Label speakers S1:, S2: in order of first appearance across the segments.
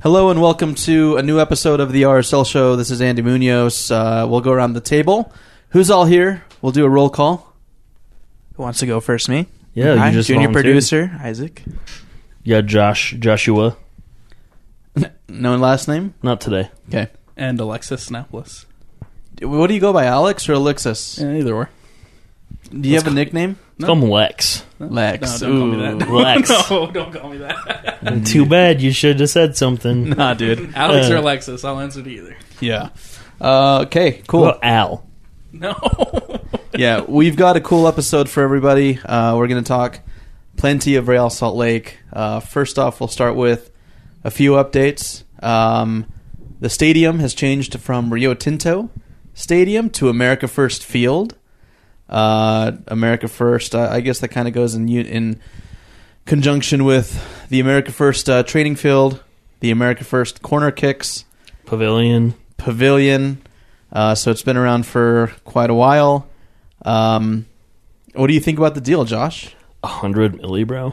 S1: Hello and welcome to a new episode of the RSL Show. This is Andy Munoz. Uh, we'll go around the table. Who's all here? We'll do a roll call. Who wants to go first? Me.
S2: Yeah, you
S1: Hi,
S2: just
S1: junior
S2: volunteered.
S1: producer Isaac.
S2: Yeah, Josh, Joshua.
S1: Known last name.
S2: Not today.
S1: Okay.
S3: and Alexis Snaples.
S1: What do you go by, Alex or Alexis?
S3: Yeah, either or.
S1: Do you have a nickname?
S2: It's Call him Lex.
S1: Lex. Ooh,
S3: No, don't call me that.
S2: Lex.
S3: No, don't call me that.
S2: Too bad. You should have said something.
S3: Nah, dude. Alex or
S2: Uh.
S3: Alexis, I'll answer to either.
S1: Yeah. Uh, okay. Cool.
S2: Well, Al.
S3: No.
S1: yeah, we've got a cool episode for everybody. Uh, we're going to talk plenty of Rail Salt Lake. Uh, first off, we'll start with a few updates. Um, the stadium has changed from Rio Tinto Stadium to America First Field. Uh, America First, I, I guess that kind of goes in u- in conjunction with the America First uh, training field, the America First corner kicks,
S2: Pavilion.
S1: Pavilion. Uh, so it's been around for quite a while. Um, what do you think about the deal, Josh?
S2: 100 milli, bro.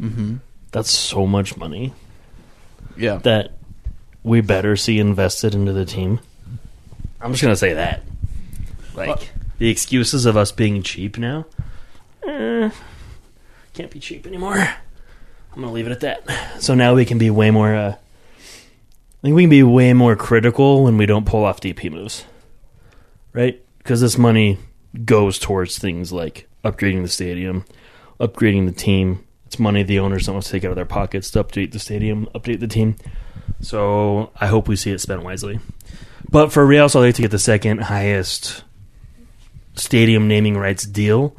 S2: Mm-hmm. That's so much money
S1: Yeah.
S2: that we better see invested into the team. I'm just going to say that. Like, the excuses of us being cheap now. eh, can't be cheap anymore. I'm going to leave it at that. So now we can be way more. Uh, I think we can be way more critical when we don't pull off DP moves, right? Because this money goes towards things like upgrading the stadium, upgrading the team. It's money the owners don't want to take out of their pockets to update the stadium, update the team. So I hope we see it spent wisely. But for Real Salt Lake to get the second highest stadium naming rights deal,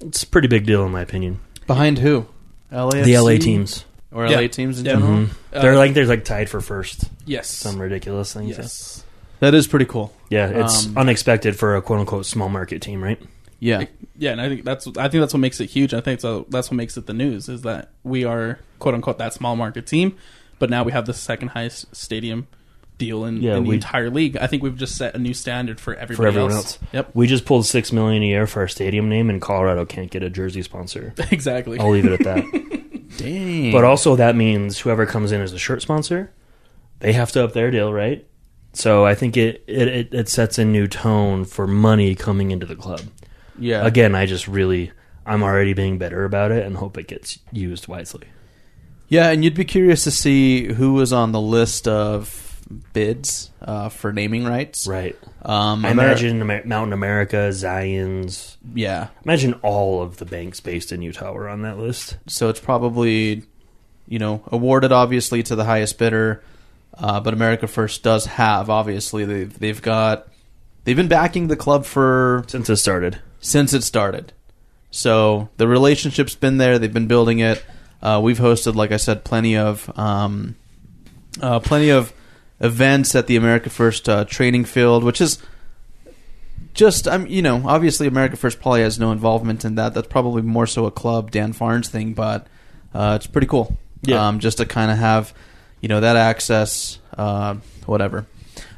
S2: it's a pretty big deal in my opinion.
S1: Behind who? LAFC?
S2: The LA teams.
S1: Or
S3: Yeah.
S1: LA teams in
S3: Yeah.
S1: general?
S2: Mhm. they're like they're like tied for first.
S3: Yes.
S2: Some ridiculous things.
S3: yes.
S1: That is pretty cool.
S2: Yeah, it's
S1: Um,
S2: unexpected for a quote unquote small market team, right?
S1: Yeah.
S3: Yeah, and I think that's I think that's what makes it huge. I think so, that's what makes it the news is that we are quote unquote that small market team, but now we have the second highest stadium deal in,
S2: Yeah,
S3: in the
S2: we-
S3: entire league. I think we've just set a new standard for everybody
S2: For everyone else.
S3: else. Yep.
S2: We just pulled six million a year for our stadium name and Colorado can't get a jersey sponsor.
S3: Exactly.
S2: I'll leave it at that.
S1: Dang.
S2: but also that means whoever comes in as a shirt sponsor, they have to up their deal, right? So I think it, it, it, it sets a new tone for money coming into the club.
S1: yeah.
S2: Again, I just really I'm already being better about it and hope it gets used wisely.
S1: Yeah, and you'd be curious to see who was on the list of bids uh, for naming rights.
S2: Right.
S1: Um,
S2: I
S1: Amer-
S2: imagine Amer- Mountain America, Zion's,
S1: Yeah.
S2: Imagine all of the banks based in Utah were on that list.
S1: So it's probably, you know, awarded obviously to the highest bidder. Uh, but America First does have obviously they've they've got they've been backing the club for
S2: Since it started,
S1: since it started. So the relationship's been there. They've been building it. Uh, we've hosted, like I said, plenty of um, uh, plenty of events at the America First uh, training field, which is just I'm you know obviously America First probably has no involvement in that. That's probably more so a club Dan Farnes thing, but uh, it's pretty cool.
S2: Yeah.
S1: Um, just to kind of have you know that access, uh, whatever.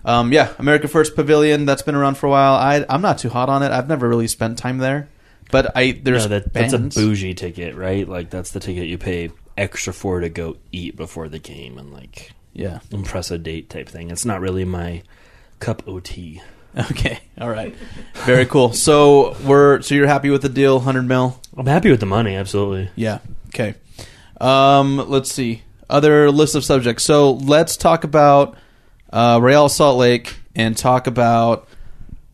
S1: Um, yeah, America First Pavilion that's been around for a while. I I'm not too hot on it. I've never really spent time there, but I there's
S2: No, that-
S1: bands.
S2: that's a bougie ticket, right? Like that's the ticket you pay extra for to go eat before the game and like
S1: Yeah.
S2: impress a date type thing. It's not really my cup of tea.
S1: Okay. All right. Very cool. So we're so you're happy with the deal, hundred mil.
S2: I'm happy with the money, absolutely.
S1: Yeah. Okay. Um, let's see. other list of subjects. So let's talk about uh, Real Salt Lake and talk about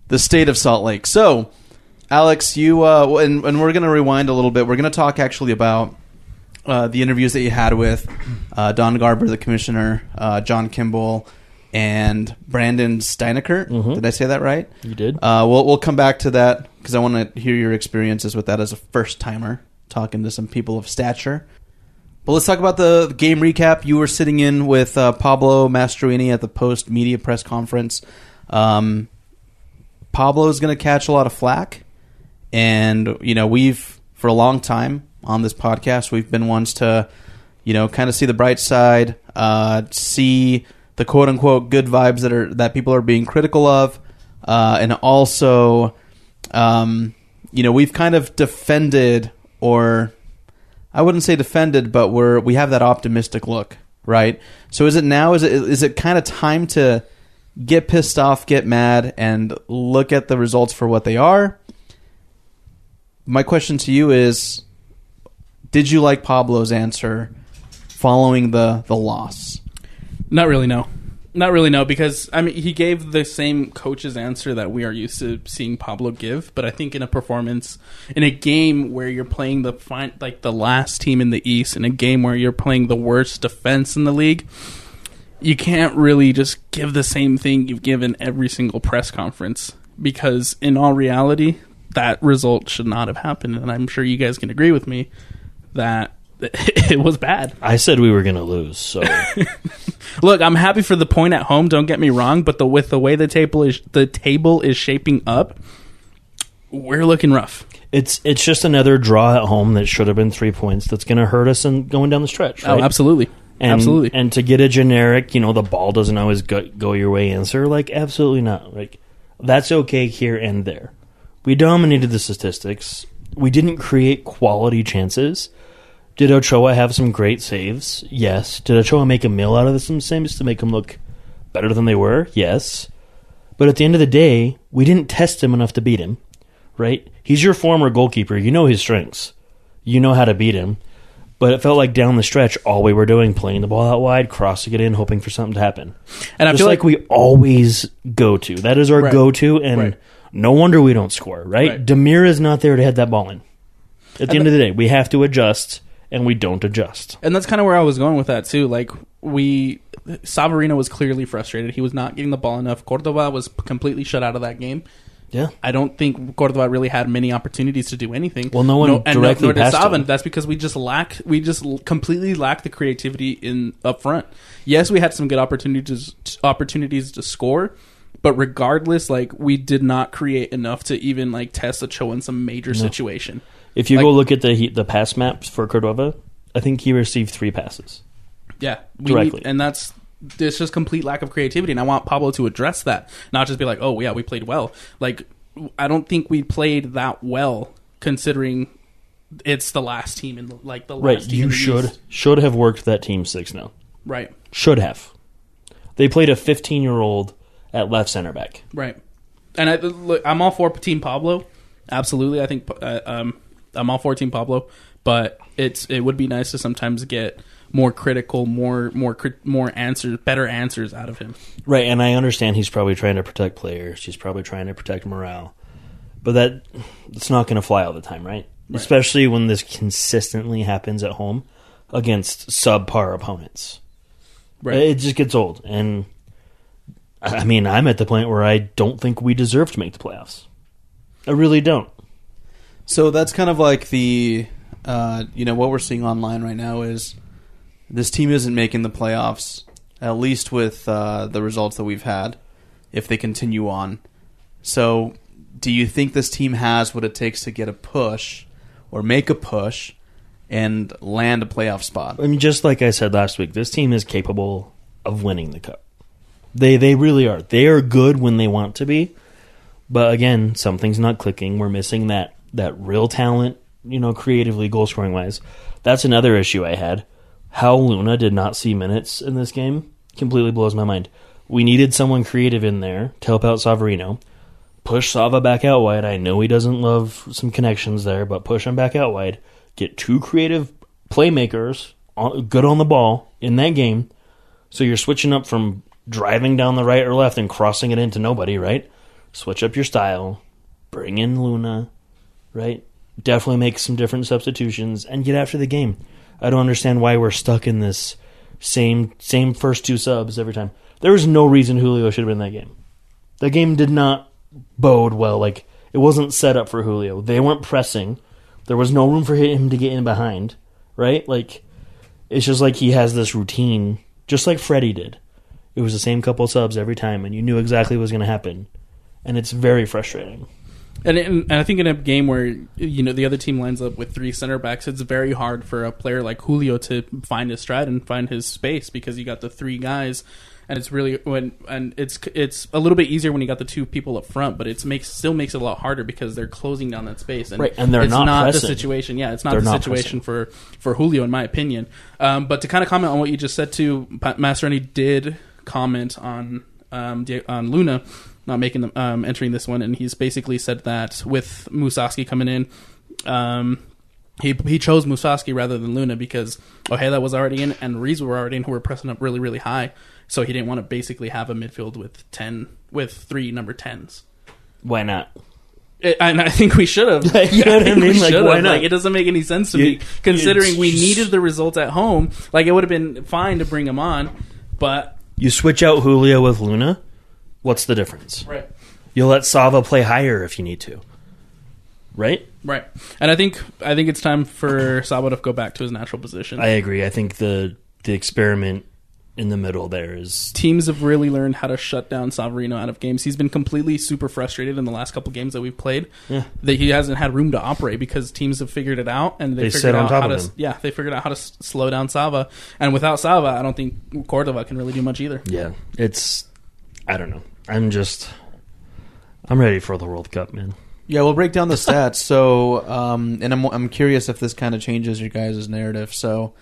S1: the state of Salt Lake. So, Alex, you uh, and, and we're going to rewind a little bit. We're going to talk actually about uh, the interviews that you had with uh, Don Garber, the commissioner, uh, John Kimball, and Brandon Steinecker. Did I say that right?
S2: Mm-hmm. You did.
S1: Uh, we'll we'll come back to that because I want to hear your experiences with that as a first timer talking to some people of stature. But let's talk about the game recap. You were sitting in with uh, Pablo Mastroini at the post media press conference. Um, Pablo's going to catch a lot of flack. And, you know, we've, for a long time on this podcast, we've been ones to, you know, kind of see the bright side, uh, see the quote unquote good vibes that are, that people are being critical of. Uh, and also, um, you know, we've kind of defended or I wouldn't say defended, but we're we have that optimistic look, right? So is it now? Is it is it kind of time to get pissed off, get mad, and look at the results for what they are? My question to you is: Did you like Pablo's answer following the the loss?
S3: Not really, no. Not really, no, because I mean he gave the same coach's answer that we are used to seeing Pablo give, but I think in a performance in a game where you're playing the fin- like the last team in the East, in a game where you're playing the worst defense in the league, you can't really just give the same thing you've given every single press conference because in all reality that result should not have happened and I'm sure you guys can agree with me that it was bad.
S2: I said we were going to lose, so
S3: Look, I'm happy for the point at home. Don't get me wrong, but the with the way the table is the table is shaping up, we're looking rough.
S2: it's it's just another draw at home that should have been three points. That's going to hurt us in going down the stretch.
S3: Oh,
S2: right?
S3: absolutely,
S2: And,
S3: absolutely.
S2: And to get a generic, you know, the ball doesn't always go, go your way answer, like, absolutely not. Like, that's okay here and there. We dominated the statistics. We didn't create quality chances. Did Ochoa have some great saves? Yes. Did Ochoa make a meal out of some saves to make them look better than they were? Yes. But at the end of the day, we didn't test him enough to beat him, right? He's your former goalkeeper. You know his strengths. You know how to beat him. But it felt like down the stretch, all we were doing playing the ball out wide, crossing it in, hoping for something to happen.
S3: and I
S2: Just
S3: feel
S2: like,
S3: like,
S2: we always go to. That is our
S3: Right.
S2: go to, and
S3: Right.
S2: no wonder we don't score, right?
S3: Right.
S2: Demir is not there to head that ball in. At the end of the day, we have to adjust, and we don't adjust.
S3: and that's kind of where I was going with that too. Like we, Savarino was clearly frustrated. He was not getting the ball enough. Cordova was completely shut out of that game.
S2: Yeah.
S3: I don't think Cordova really had many opportunities to do anything.
S2: Well, no one
S3: and
S2: directly
S3: nor did
S2: passed
S3: Saban.
S2: him.
S3: That's because we just lack, we just l- completely lack the creativity in up front. Yes, we had some good opportunities opportunities to score, but regardless, like we did not create enough to even like test a show in some major situation.
S2: If you
S3: Like-
S2: go look at the he, the pass maps for Cordova, I think he received three passes.
S3: Yeah, we
S2: Directly.
S3: Need, and that's there's just complete lack of creativity, and I want Pablo to address that, not just be like, "Oh yeah, we played well." Like, I don't think we played that well considering it's the last team in the, like the
S2: Right,
S3: last team
S2: you
S3: in the
S2: should
S3: East.
S2: should have worked that team six now.
S3: right,
S2: Should have. They played a 15 year old at left center back.
S3: right. And I look, I'm all for Team Pablo, absolutely. I think uh, um, I'm all for Team Pablo, but it's it would be nice to sometimes get more critical, more more crit- more answers, better answers out of him.
S2: Right, and I understand he's probably trying to protect players. He's probably trying to protect morale, but that it's not going to fly all the time, right? Especially when this consistently happens at home against subpar opponents.
S3: Right.
S2: It just gets old, and I I mean, I'm at the point where I don't think we deserve to make the playoffs. I really don't.
S1: So that's kind of like the, uh, you know, what we're seeing online right now is this team isn't making the playoffs, at least with uh, the results that we've had, if they continue on. So do you think this team has what it takes to get a push or make a push and land a playoff spot?
S2: I mean, just like I said last week, this team is capable of winning the cup. They they really are. They are good when they want to be, but again, something's not clicking. We're missing that that real talent, you know, creatively, goal scoring wise. That's another issue I had. How Luna did not see minutes in this game completely blows my mind. We needed someone creative in there to help out Savarino. Push Sava back out wide. I know he doesn't love some connections there, but push him back out wide. Get two creative playmakers on- good on the ball in that game. So you're switching up from driving down the right or left and crossing it into nobody, right? Switch up your style, bring in Luna, right? Definitely make some different substitutions and get after the game. I don't understand why we're stuck in this same same first two subs every time. There was no reason Julio should have been in that game. The game did not bode well. Like it wasn't set up for Julio. They weren't pressing. There was no room for him to get in behind. Right? Like it's just like he has this routine, just like Freddie did. It was the same couple subs every time, and you knew exactly what was going to happen. And it's very frustrating.
S3: And, it, and I think in a game where you know the other team lines up with three center backs, it's very hard for a player like Julio to find his stride and find his space because you got the three guys, and it's really when and it's it's a little bit easier when you got the two people up front, but it's makes still makes it a lot harder because they're closing down that space and
S2: Right, and they're
S3: it's
S2: not
S3: the
S2: pressing.
S3: situation. Yeah, it's not
S2: They're
S3: the
S2: not
S3: situation for for Julio in my opinion. Um, but to kind of comment on what you just said too, Pa- Maseroni did comment on um, Di- on Luna not making them um, entering this one, and he's basically said that with Musaski coming in, um, he he chose Musaski rather than Luna because Ojeda was already in and Reeves were already in, who were pressing up really really high, so he didn't want to basically have a midfield with ten with three number tens.
S2: Why not?
S3: It- and I think we should have.
S2: You know what I
S3: think we
S2: mean? Like,
S3: should
S2: why
S3: have.
S2: not?
S3: Like, it doesn't make any sense to
S2: You-
S3: me, considering we
S2: it's-
S3: needed the result at home. Like, it would have been fine to bring him on, but
S2: You switch out Julio with Luna. What's the difference?
S3: right,
S2: You'll let Sava play higher if you need to. Right?
S3: right. And I think I think it's time for Sabo to go back to his natural position.
S2: I agree. I think the the experiment in the middle there is
S3: Teams have really learned how to shut down Savarino out of games. He's been completely super frustrated in the last couple games that we've played. That he hasn't had room to operate because teams have figured it out and they,
S2: They
S3: figured
S2: sit on
S3: out
S2: top
S3: how
S2: of
S3: to
S2: him.
S3: yeah they figured out how to s- slow down Sava. And without Sava, I don't think Cordova can really do much either.
S2: yeah. It's I don't know. I'm just I'm ready for the World Cup, man.
S1: Yeah, we'll break down the stats. So, um, and I'm I'm curious if this kind of changes your guys' narrative. So,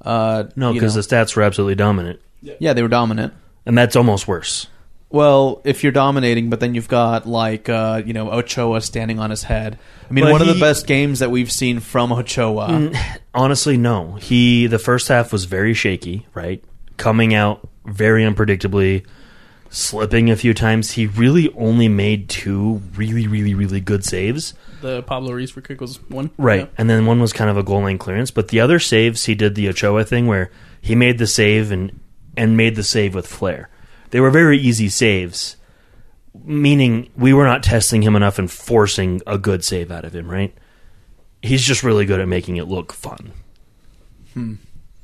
S1: uh,
S2: No,
S1: you
S2: because
S1: know.
S2: the stats were absolutely dominant,
S1: yeah, they were dominant.
S2: and that's almost worse.
S1: Well, if you're dominating, but then you've got like uh, you know Ochoa standing on his head. I mean,
S2: But
S1: one of
S2: he- Mm.
S1: the best games that we've seen from Ochoa.
S2: Honestly, no. He the first half was very shaky, right? Coming out very unpredictably, slipping a few times. He really only made two really, really, really good saves.
S3: The Pablo Ruiz for kick was one.
S2: Right.
S3: Yeah.
S2: And then one was kind of a goal line clearance, but the other saves he did the Ochoa thing where he made the save and and made the save with flair. They were very easy saves, meaning we were not testing him enough and forcing a good save out of him, right? He's just really good at making it look fun.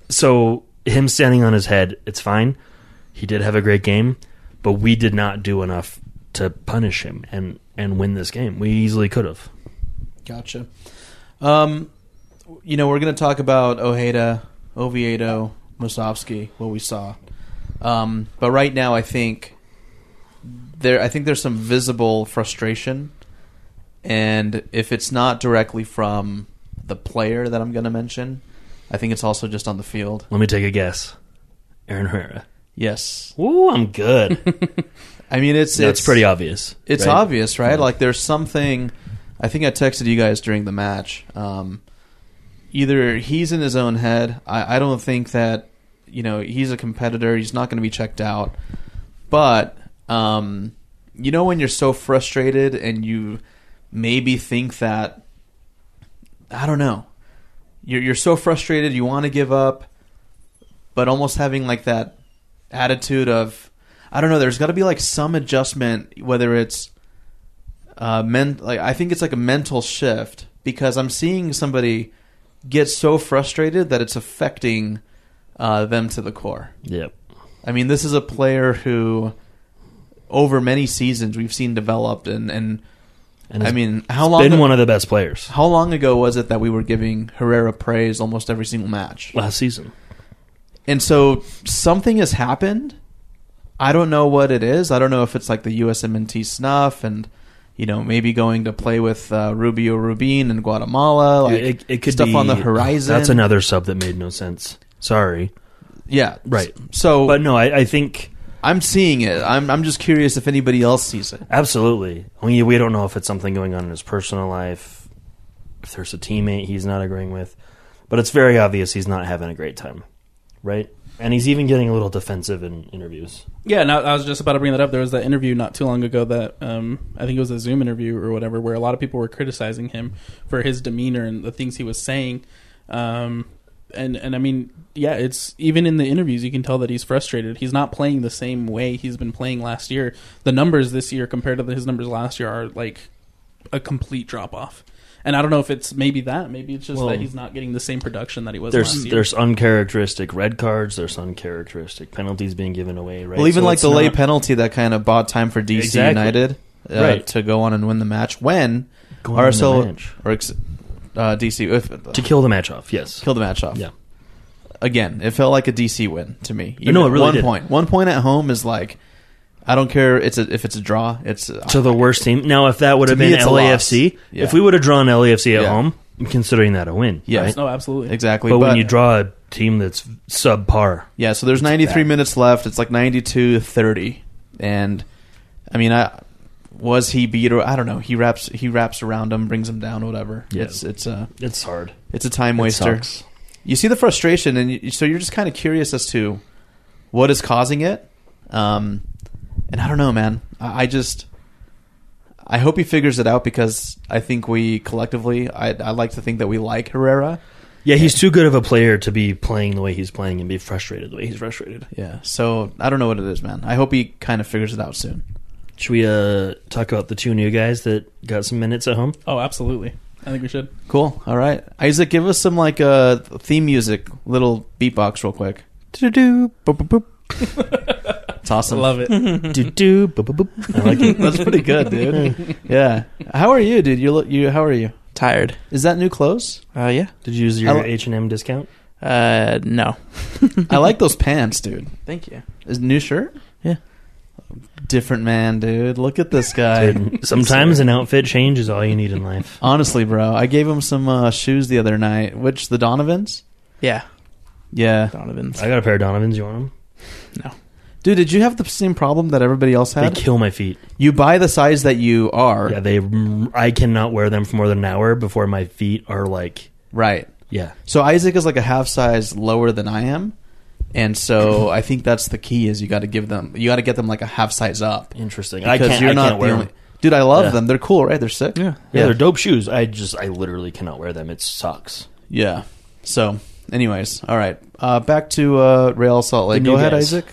S2: So him standing on his head, it's fine. He did have a great game, but we did not do enough to punish him and and win this game. We easily could have.
S1: Gotcha. Um, you know, we're going to talk about Ojeda, Oviedo, Musovsky, what we saw. Um, but right now, I think there, I think there's some visible frustration, and if it's not directly from the player that I'm going to mention, I think it's also just on the field.
S2: Let me take a guess. Aaron Herrera.
S1: Yes,
S2: Ooh, I'm good.
S1: I mean it's
S2: That's
S1: it's
S2: pretty obvious.
S1: It's
S2: right?
S1: obvious, right? Like there's something. I think I texted you guys during the match. Um, either he's in his own head. I, I don't think that you know he's a competitor. He's not going to be checked out. But um, you know when you're so frustrated and you maybe think that I don't know. You're you're so frustrated. You want to give up, but almost having like that attitude of I don't know. There's got to be like some adjustment, whether it's uh, men. Like I think it's like a mental shift because I'm seeing somebody get so frustrated that it's affecting uh, them to the core.
S2: Yep.
S1: I mean, this is a player who, over many seasons, we've seen developed, and and
S2: And
S1: I
S2: it's
S1: mean, how long?
S2: been one of the best players
S1: how long ago was it that we were giving Herrera praise almost every single match?
S2: last season.
S1: And so something has happened. I don't know what it is. I don't know if it's like the USMNT snuff and you know maybe going to play with uh, Rubio Rubin in Guatemala. Like
S2: it, it could
S1: stuff
S2: be,
S1: on the horizon.
S2: That's another sub that made no sense. Sorry,
S1: Yeah,
S2: Right.
S1: So
S2: but no, I, I think
S1: I'm seeing it. I'm I'm just curious if anybody else sees it.
S2: absolutely. We we don't know if it's something going on in his personal life, if there's a teammate he's not agreeing with. But it's very obvious he's not having a great time, right? And he's even getting a little defensive in interviews.
S3: Yeah, no, I was just about to bring that up. There was that interview not too long ago that um, I think it was a Zoom interview or whatever, where a lot of people were criticizing him for his demeanor and the things he was saying. Um, and and I mean, yeah, it's even in the interviews you can tell that he's frustrated. He's not playing the same way he's been playing last year. The numbers this year compared to the- his numbers last year are like a complete drop off. And I don't know if it's maybe that, maybe it's just
S2: Well,
S3: that he's not getting the same production that he was
S2: There's
S3: last year.
S2: there's uncharacteristic red cards. There's uncharacteristic penalties being given away. Right.
S1: Well, even
S2: So
S1: like
S2: it's
S1: the late
S2: not-
S1: penalty that kind of bought time for DC
S2: Exactly.
S1: United uh,
S2: Right.
S1: to go on and win the match when
S2: Go on and win the
S1: RSL
S2: match.
S1: or ex- uh, DC if,
S2: to kill the match off. Yes.
S1: kill the match off.
S2: Yeah.
S1: Again, it felt like a DC win to me. Even
S2: No, it
S1: at
S2: really
S1: one
S2: did.
S1: point. One point at home is like I don't care. It's a, if it's a draw. It's
S2: to the worst team. Now, if that would
S1: To
S2: have
S1: me,
S2: been
S1: it's a
S2: LAFC,
S1: loss. Yeah.
S2: if we would have drawn LAFC at
S1: Yeah.
S2: home, I'm considering that a win.
S1: Yes.
S2: right?
S3: no, absolutely.
S1: exactly.
S2: but, when you draw a team that's subpar,
S1: Yeah, so there's 93 minutes left. It's like 92 30. And I mean, I was he beat or I don't know. He wraps he wraps around him, brings him down, whatever.
S2: Yeah.
S1: It's it's uh, a
S2: it's hard.
S1: it's a time
S2: It
S1: waster.
S2: sucks.
S1: You see the frustration and you, so you're just kind of curious as to what is causing it. Um and I don't know, man. I, I just I hope he figures it out because I think we collectively I I like to think that we like Herrera.
S2: Yeah, he's too good of a player to be playing the way he's playing and be frustrated the way he's frustrated.
S1: Yeah. So I don't know what it is, man. I hope he kind of figures it out soon.
S2: Should we uh, talk about the two new guys that got some minutes at home?
S3: Oh, absolutely. I think we should.
S1: Cool. All right, Isaac, give us some like uh theme music, little beatbox, real quick. Do-do-do, boop, boop, boop. It's
S3: I
S1: awesome.
S3: love it.
S2: do do boop, boop, boop. I like it.
S1: That's pretty good, dude. yeah. How are you, dude? You look. You how are you?
S4: Tired.
S1: Is that new clothes?
S4: Uh, yeah.
S2: Did you use
S1: I
S2: your
S1: like-
S2: H and M discount?
S4: Uh, no.
S1: I like those pants, dude.
S4: Thank you.
S1: Is new shirt?
S4: Yeah.
S1: Different man, dude. Look at this guy.
S2: Dude, sometimes an outfit change is all you need in life.
S1: Honestly, bro, I gave him some uh, shoes the other night. Which the Donovans?
S4: Yeah,
S1: Yeah,
S4: Donovan's.
S2: I got a pair of Donovans. You want
S1: dude. Did you have the same problem that everybody else
S2: them?
S1: had?
S2: They kill my feet.
S1: you buy the size that you are,
S2: Yeah, they. I cannot wear them for more than an hour before my feet are like.
S1: right?
S2: Yeah,
S1: So Isaac is like a half size lower than I am, and so I think that's the key is you got to give them you got to get them like a half size up.
S2: interesting. I can't. I can't wear them.
S1: Dude, I love
S2: Yeah.
S1: them. They're cool, right? They're sick.
S4: Yeah.
S2: Yeah,
S1: Yeah.
S2: they're dope shoes. I just, I literally cannot wear them. It sucks.
S1: Yeah. So, anyways, all right. Uh, back to uh, Rail Salt Lake.
S2: The
S1: Go
S2: new
S1: ahead,
S2: guys.
S1: Isaac.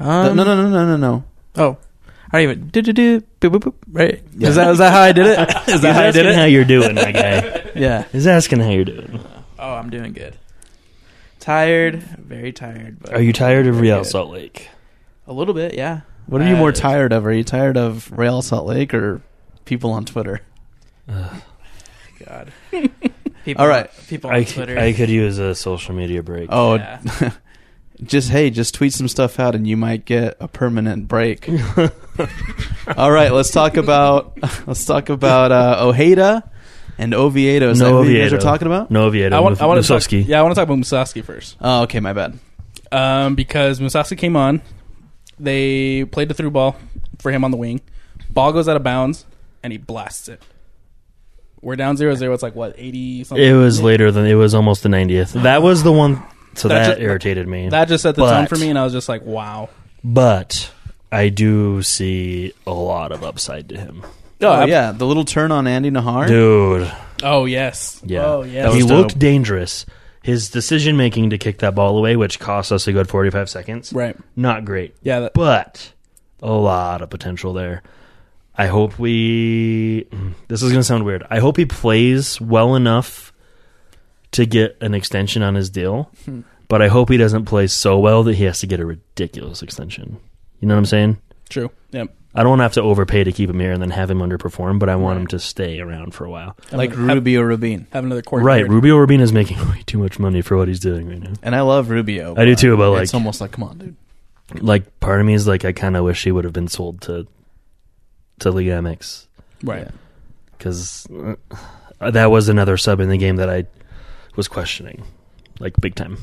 S4: Um,
S1: no, no, no, no, no, no.
S4: Oh, I don't even. Do do do. Boop boop boop. Right. Is that is that how I did it? Is that
S2: He's
S4: how I
S2: asking
S4: did it?
S2: how you're doing, my guy.
S4: yeah.
S2: He's asking how you're doing.
S4: Oh, I'm doing good. Tired. Very tired. But
S2: Are you tired of Real
S4: good.
S2: Salt Lake?
S4: A little bit. Yeah.
S1: What are you more
S4: Uh,
S1: tired of? Are you tired of Rail Salt Lake or people on Twitter?
S4: God. People,
S1: All right.
S4: People on
S2: I,
S4: Twitter.
S2: could, I could use a social media break.
S1: Oh,
S4: Yeah.
S1: just hey, just tweet some stuff out, and you might get a permanent break. All right, let's talk about let's talk about uh, Ojeda and Oviedo. Is that
S2: no
S1: who you
S2: Oviedo.
S1: guys are talking about?
S2: No Oviedo.
S3: I want, I want to talk,
S2: Musovsky.
S3: yeah, I want to talk about Musovsky first,
S1: Oh, okay, my bad.
S3: um, because Musovsky came on. They played the through ball for him on the wing. Ball goes out of bounds, and he blasts it. We're down 0-0. It's like what eighty something.
S2: It was later than it was almost the 90th. That was the one. So
S3: That
S2: that,
S3: ju-
S2: irritated me.
S3: that just set the tone
S2: But-
S3: for me, and I was just like, wow.
S2: but I do see a lot of upside to him,
S1: Oh,
S3: ab-
S1: yeah, the little turn on Andy Nahar.
S2: dude.
S3: Oh yes.
S2: Yeah,
S3: Oh yes.
S2: he
S1: was dope.
S2: looked dangerous. His decision making to kick that ball away, which cost us a good forty-five seconds,
S3: right.
S2: not great.
S3: Yeah. That,
S2: but a lot of potential there. I hope we. This is going to sound weird. I hope he plays well enough to get an extension on his deal,
S3: Hmm.
S2: but I hope he doesn't play so well that he has to get a ridiculous extension. You know what I'm saying?
S3: true. Yep.
S2: I don't want to have to overpay to keep him here and then have him underperform, but I want him to stay around for a while.
S1: like
S3: Have-
S1: Rubio Rubin,
S3: Have another court.
S2: Right, Rubio Urbina is making way too much money for what he's doing right now.
S1: and I love Rubio.
S2: I do too, but,
S1: it's
S2: like-
S1: almost like come on, dude.
S2: Like, part of me is like, I kind of wish he would have been sold to to Liga MX.
S3: Right.
S2: because that was another sub in the game that I was questioning, like big time.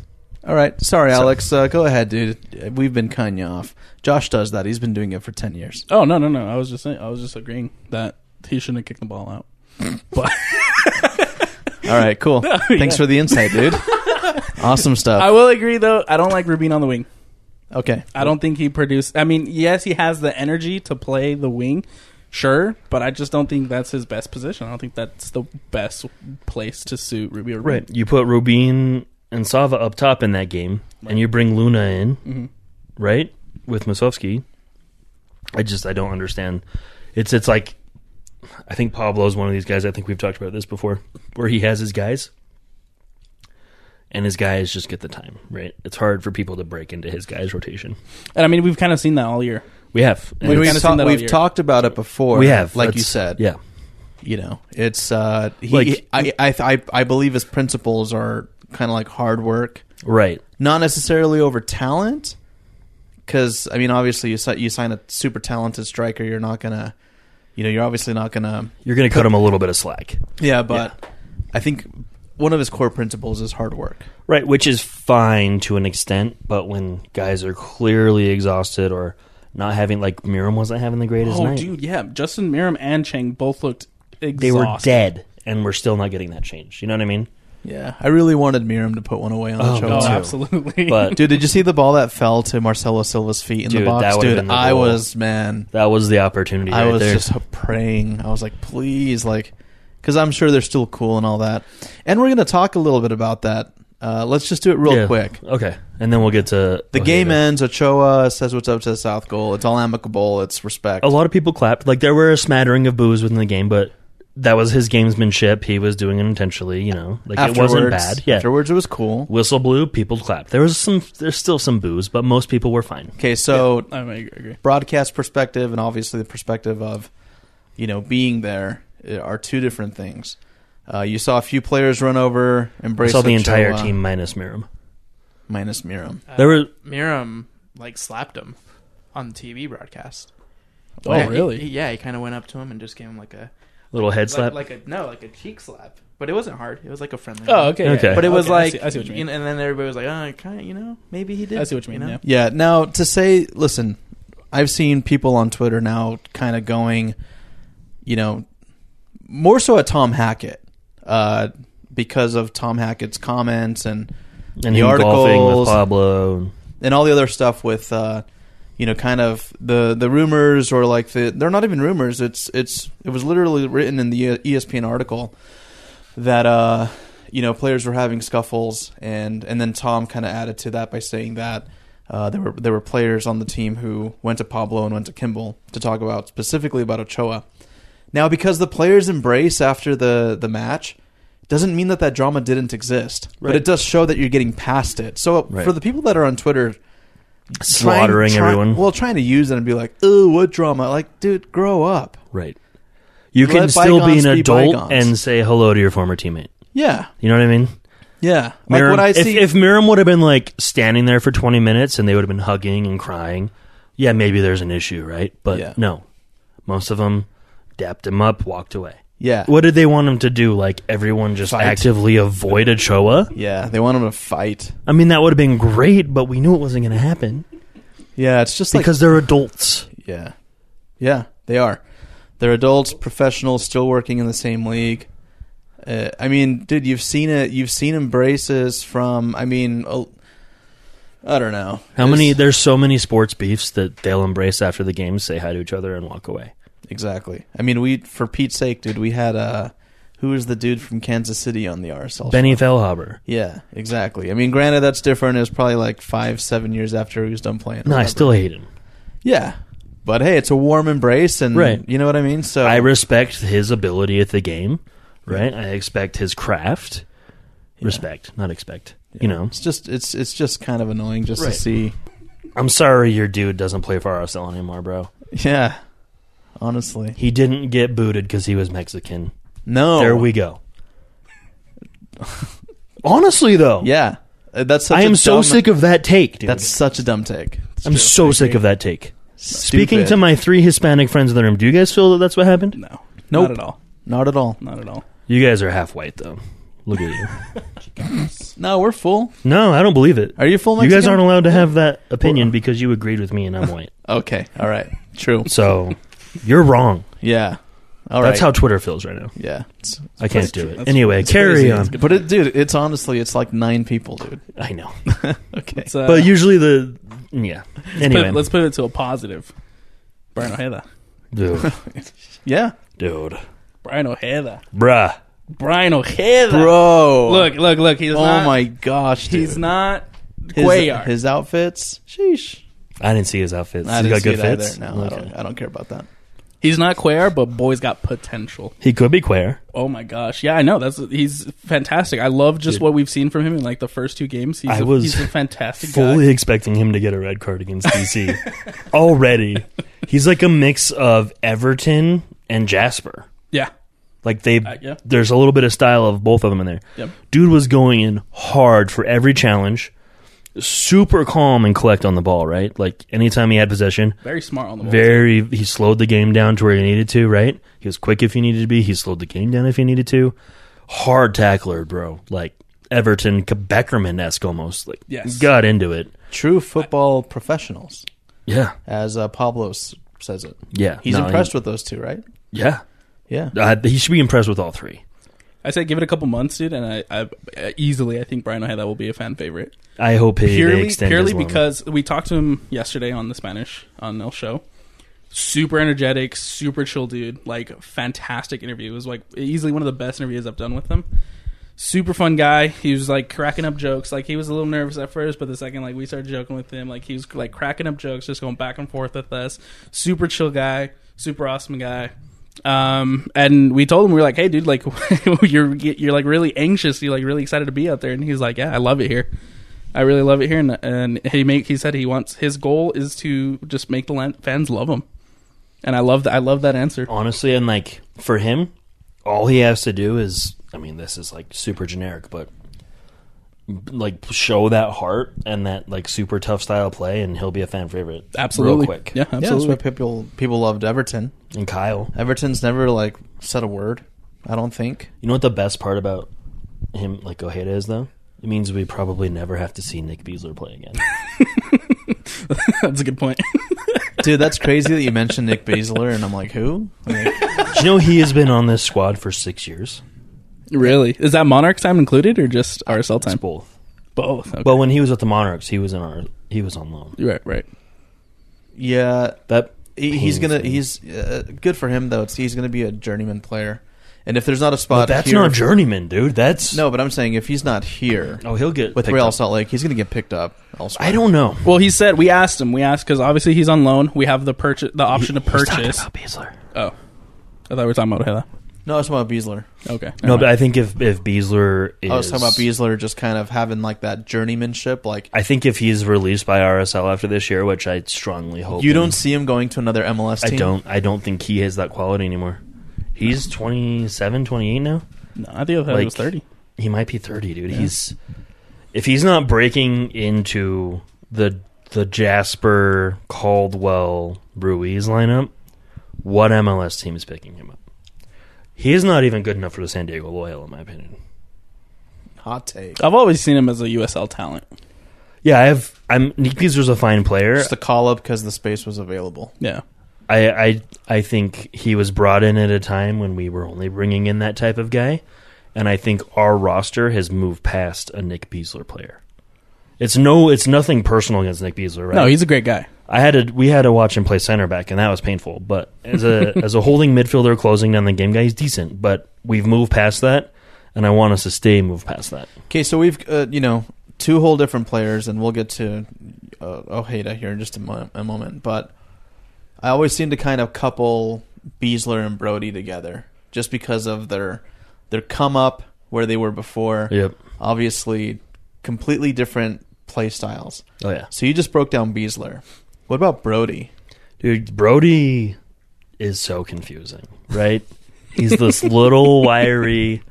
S1: All right, sorry,
S2: So-
S1: Alex. Uh, go ahead, dude. We've been cutting you off. Josh does that. He's been doing it for ten years.
S3: Oh no no no! I was just saying, I was just agreeing that he shouldn't have kicked the ball out.
S1: All All right, cool. Thanks for the insight, dude. awesome
S3: I
S1: stuff.
S3: will agree though. I don't like Rubin on the wing.
S1: Okay.
S3: I don't think he produced. I mean, yes, he has the energy to play the wing, sure, but I just don't think that's his best position. I don't think that's the best place to suit Rubio.
S2: Right. You put Rubin and Sava up top in that game, and you bring Luna in,
S1: Mm-hmm.
S2: right? With Masovsky. I just I don't understand. It's it's like I think Pablo's one of these guys. I think we've talked about this before, where he has his guys, and his guys just get the time. Right. It's hard for people to break into his guys' rotation.
S3: And I mean, we've kind of seen that all year.
S2: We have. And it's-
S3: We've kinda
S1: We've,
S3: seen
S1: ta-
S3: that all
S1: we've
S3: year.
S1: talked about it before.
S2: we have.
S1: like
S2: That's-
S1: you said.
S2: Yeah.
S1: You know, it's uh, he,
S2: Like-
S1: I, I, I, I believe his principles are kind of like hard work,
S2: Right.
S1: not necessarily over talent. Because I mean, obviously, you si- you sign a super talented striker, you're not gonna, you know, you're obviously not gonna
S2: You're going to cut him a little bit of slack.
S1: Yeah, but I think one of his core principles is hard work.
S2: Right, which is fine to an extent, but when guys are clearly exhausted or not having, like Miram wasn't having the greatest
S3: Oh,
S2: night,
S3: dude, yeah. Justin Miram and Chang both looked exhausted.
S2: they were dead, and we're still not getting that change. You know what I mean?
S1: Yeah, I really wanted Miram to put one away on the
S2: Oh,
S1: show.
S3: Oh,
S2: too.
S3: absolutely.
S2: But
S1: Dude, did you see the ball that fell to Marcelo Silva's feet in the
S2: Dude,
S1: box?
S2: that would've
S1: Dude,
S2: been the
S1: I
S2: goal.
S1: was man,
S2: that was the opportunity.
S1: I
S2: right
S1: was
S2: there.
S1: just praying. I was like, please, like, because I'm sure they're still cool and all that. And we're gonna talk a little bit about that. Uh, let's just do it real
S2: Yeah.
S1: quick.
S2: Okay, and then we'll get to
S1: The
S2: Ojeda.
S1: game ends. Ochoa says what's up to the South goal. It's all amicable. It's respect.
S2: A lot of people clapped. Like there were a smattering of boos within the game, but that was his gamesmanship. He was doing it intentionally. You know, like it wasn't bad. Yeah.
S1: Afterwards, it was cool.
S2: Whistle blew, people clapped. There was some. There's still some boos, but most people were fine.
S1: Okay, so
S3: I mean, I agree.
S1: broadcast perspective and obviously the perspective of you know being there uh, are two different things. Uh, you saw a few players run over,
S2: I
S1: embrace
S2: saw the
S1: Ochoa,
S2: entire team minus Miram.
S1: minus Miram.
S2: There were
S5: Miram like slapped him on the TV broadcast.
S3: Oh,
S5: Like,
S3: really?
S5: he- yeah, he kind of went up to him and just gave him like a
S2: little head
S5: like,
S2: slap.
S5: like a no, like a cheek slap. But it wasn't hard. It was like a friendly.
S3: Oh,
S5: one.
S3: okay.
S2: Okay.
S3: yeah.
S5: But it was
S3: Okay, I
S5: like
S3: see- I see what you mean.
S5: And then everybody was like, oh, kind of, you know, maybe he did.
S3: I see what you mean.
S5: know?
S3: Yeah.
S1: Yeah. Now to say, listen, I've seen people on Twitter now kind of going, you know, more so at Tom Hackett uh, because of Tom Hackett's comments and
S2: and
S1: the
S2: him golfing
S1: articles.
S2: with Pablo.
S1: and all the other stuff with uh, you know kind of the the rumors or like the they're not even rumors it's it's it was literally written in the E ESPN article that uh you know players were having scuffles and and then Tom kind of added to that by saying that uh, there were there were players on the team who went to Pablo and went to Kimball to talk about specifically about Ochoa. Now because the players embrace after the the match doesn't mean that that drama didn't exist, but
S2: Right.
S1: it does show that you're getting past it. So
S2: Right.
S1: for the people that are on Twitter trying-
S2: slaughtering
S1: try-
S2: everyone.
S1: Well, trying to use it and be like, "Ooh, what drama?" Like, dude, grow up.
S2: right. You can
S1: Let
S2: still be
S1: bygones
S2: an
S1: be
S2: adult
S1: bygones.
S2: and say hello to your former teammate.
S1: Yeah,
S2: You know what I mean?
S1: yeah. Like
S2: Miram-
S1: what I
S2: if,
S1: see.
S2: if Miram would have been like standing there for 20 minutes and they would have been hugging and crying, yeah, maybe there's an issue, right? But
S1: Yeah.
S2: no. Most of them dapped him up, walked away.
S1: yeah,
S2: What did they want him to do? Like everyone just
S1: Fight.
S2: actively avoid Ochoa?
S1: yeah. They want them to fight.
S2: I mean, that would have been great, but we knew it wasn't going to happen
S1: Yeah, it's just like
S2: because they're adults.
S1: yeah, yeah. They are. They're adults, professionals, still working in the same league. Uh, I mean, dude, you've seen it. You've seen embraces from. I mean, uh, I don't know
S2: How many?
S1: It's-
S2: There's so many sports beefs that they'll embrace after the game, say hi to each other, and walk away.
S1: exactly. I mean, we for Pete's sake, dude. We had uh, who was the dude from Kansas City on the RSL?
S2: Benny Fellhaber.
S1: Yeah, exactly. I mean, granted, that's different. It was probably like five, seven years after he was done playing. or
S2: No, I
S1: whatever.
S2: still hate him.
S1: Yeah, but hey, it's a warm embrace, and
S2: Right.
S1: you know what I mean. So
S2: I respect his ability at the game, right? I expect his craft.
S1: Yeah.
S2: Respect, not expect. You know,
S1: It's just it's it's just kind of annoying just
S2: Right.
S1: to see.
S2: I'm sorry your dude doesn't play for RSL anymore, bro.
S1: Yeah, honestly,
S2: He didn't get booted because he was Mexican.
S1: no.
S2: There we go. Honestly, though,
S1: Yeah, Uh, that's such
S2: I
S1: a
S2: am so
S1: dumb-
S2: sick of that take, dude.
S1: That's such a dumb take.
S2: I'm so sick of that take. Speaking
S1: Stupid.
S2: to my three Hispanic friends in the room, do you guys feel that that's what happened?
S3: No.
S1: Nope.
S3: Not at all.
S1: Not at all.
S3: Not at all.
S2: You guys are half white, though. Look at you.
S1: No, we're full.
S2: No, I don't believe it.
S1: Are you full?
S2: you
S1: Mexican?
S2: guys aren't allowed to have that opinion because you agreed with me and I'm white.
S1: Okay. All right. True.
S2: So you're wrong.
S1: Yeah. All right.
S2: That's how Twitter feels right now.
S1: Yeah. It's-
S2: I can't do it.
S3: that's-
S2: Anyway,
S3: that's
S2: carry
S3: crazy.
S2: on.
S3: That's
S1: but it, dude, it's honestly it's like nine people, dude.
S2: I know.
S1: Okay.
S3: It's, uh,
S2: but usually the yeah.
S3: put-
S2: Anyway,
S3: let's put it to a positive. Brian Ojeda.
S2: dude,
S1: Yeah.
S2: dude,
S3: Brian Ojeda.
S2: bruh.
S3: Brian Ojeda.
S1: Bro.
S3: Look, look, look. He's
S1: Oh
S3: not.
S1: my gosh, dude.
S3: He's not.
S1: his,
S3: Cuellar.
S1: his outfits. Sheesh.
S2: I didn't see his outfits.
S1: I
S2: he
S1: didn't
S2: got
S1: see
S2: good
S1: it
S2: fits.
S1: either. No, I,
S2: Okay.
S1: don't, I don't care about that.
S3: he's not Cuellar, but boy's got potential.
S2: He could be queer.
S3: Oh my gosh. Yeah, I know. That's he's fantastic. I love just
S2: Dude.
S3: what we've seen from him in like the first two games. He's,
S2: I
S3: a-
S2: was
S3: he's a fantastic
S2: Fully
S3: guy.
S2: expecting him to get a red card against DC already. He's like a mix of Everton and Jasper.
S3: Yeah.
S2: Like they,
S3: Uh, yeah.
S2: there's a little bit of style of both of them in there.
S3: Yep.
S2: Dude was going in hard for every challenge, super calm and collect on the ball. Right, like anytime he had possession,
S3: Very smart on the ball.
S2: very he slowed the game down to where he needed to. Right, he was quick if he needed to be. He slowed the game down if he needed to. Hard tackler, bro. Like Everton Beckerman esque almost. Like
S3: Yes.
S2: got into it.
S1: True football professionals,
S2: Yeah,
S1: as uh, Pablo s- says it.
S2: yeah.
S1: He's
S2: No,
S1: impressed
S2: he-
S1: with those two, right?
S2: yeah,
S1: Yeah.
S2: uh, he should be impressed with all three.
S3: I say give it a couple months, dude, and I, I easily I think Brian Ojeda will be a fan favorite.
S2: I hope he they
S3: purely
S2: extend
S3: purely
S2: his loan.
S3: because we talked to him yesterday on the Spanish on El Show. Super energetic, super chill dude. Like fantastic interview. It was like easily one of the best interviews I've done with him. Super fun guy. He was like cracking up jokes. Like he was a little nervous at first, but the second like we started joking with him, like he was like cracking up jokes, just going back and forth with us. Super chill guy. Super awesome guy. Um, and we told him we were like, hey dude, like you're you're like really anxious. You're like really excited to be out there, and he was like, yeah, I love it here. I really love it here, and, and he make he said he wants his goal is to just make the lan- fans love him, and I love that. I love that
S2: Oh,
S3: answer.
S2: honestly and like for him all he has to do is i mean this is like super generic but like show that heart and that like super tough style play and he'll be a fan favorite
S3: Absolutely,
S2: real quick
S3: yeah,
S1: Yeah, that's
S3: absolutely.
S1: why people people loved Everton.
S2: and kyle
S1: Everton's never like said a word. I don't think.
S2: you know what the best part about him like ojeda is though it means we probably never have to see nick Beasler play again
S3: That's a good point.
S1: Dude, that's crazy that you mentioned Nick Basler, and I'm like, who? Like,
S2: Do you know he has been on this squad for six years
S3: really, is that Monarchs time included or just RSL
S2: it's
S3: time?
S2: both
S3: Both. Okay.
S2: but when he was with the monarchs he was in our he was on loan
S3: right, right.
S1: yeah,
S2: that
S1: he, he's
S2: pains
S1: gonna.
S2: me.
S1: He's uh, good for him though. It's, he's gonna be a journeyman player, and if there's not a spot,
S2: but that's
S1: here,
S2: not journeyman dude that's
S1: No, but I'm saying if he's not here
S2: oh he'll get
S1: with
S2: picked
S1: Real
S2: up.
S1: Salt Lake, he's gonna get picked up elsewhere.
S2: i don't know
S3: Well, he said we asked him. We asked because obviously he's on loan. We have the purchase, the option to purchase.
S2: Beasler.
S3: oh, I thought we were talking about Heather.
S1: No, I was talking about Beasler.
S3: Okay,
S2: No, but I think if if Beasler is,
S1: I was talking about Beasler just kind of having like that journeymanship. Like
S2: I think if he's released by RSL after this year, which I strongly hope,
S1: you don't see him going to another MLS
S2: I
S1: team.
S2: don't. I don't think he has that quality anymore. He's 27, 28 now.
S3: no, I think I thought he
S2: Like-
S3: was thirty.
S2: He might be thirty, dude. He's if he's not breaking into the the Jasper Caldwell Ruiz lineup, what MLS team is picking him up? He is not even good enough for the San Diego Loyal, in my opinion.
S1: Hot take.
S3: I've always seen him as a USL talent.
S2: Yeah, I have. I'm Nick Beasler's a fine player.
S1: Just a call up because the space was available.
S3: Yeah,
S2: I, I I think he was brought in at a time when we were only bringing in that type of guy, and I think our roster has moved past a Nick Beasler player. It's no, it's nothing personal against Nick Beasler, right?
S3: no, he's a great guy.
S2: I had to, we had to watch him play center back, and that was painful. But as a as a holding midfielder, closing down the game guy, he's decent. But we've moved past that, and I want us to stay moved past that.
S1: Okay, so we've uh, you know two whole different players, and we'll get to uh, Ojeda here in just a, mo- a moment. But I always seem to kind of couple Beasler and Brody together just because of their their come up where they were before.
S2: Yep.
S1: Obviously, completely different play styles.
S2: Oh yeah,
S1: So you just broke down Beasler. What about Brody?
S2: dude. Brody is so confusing, right? He's this little wiry.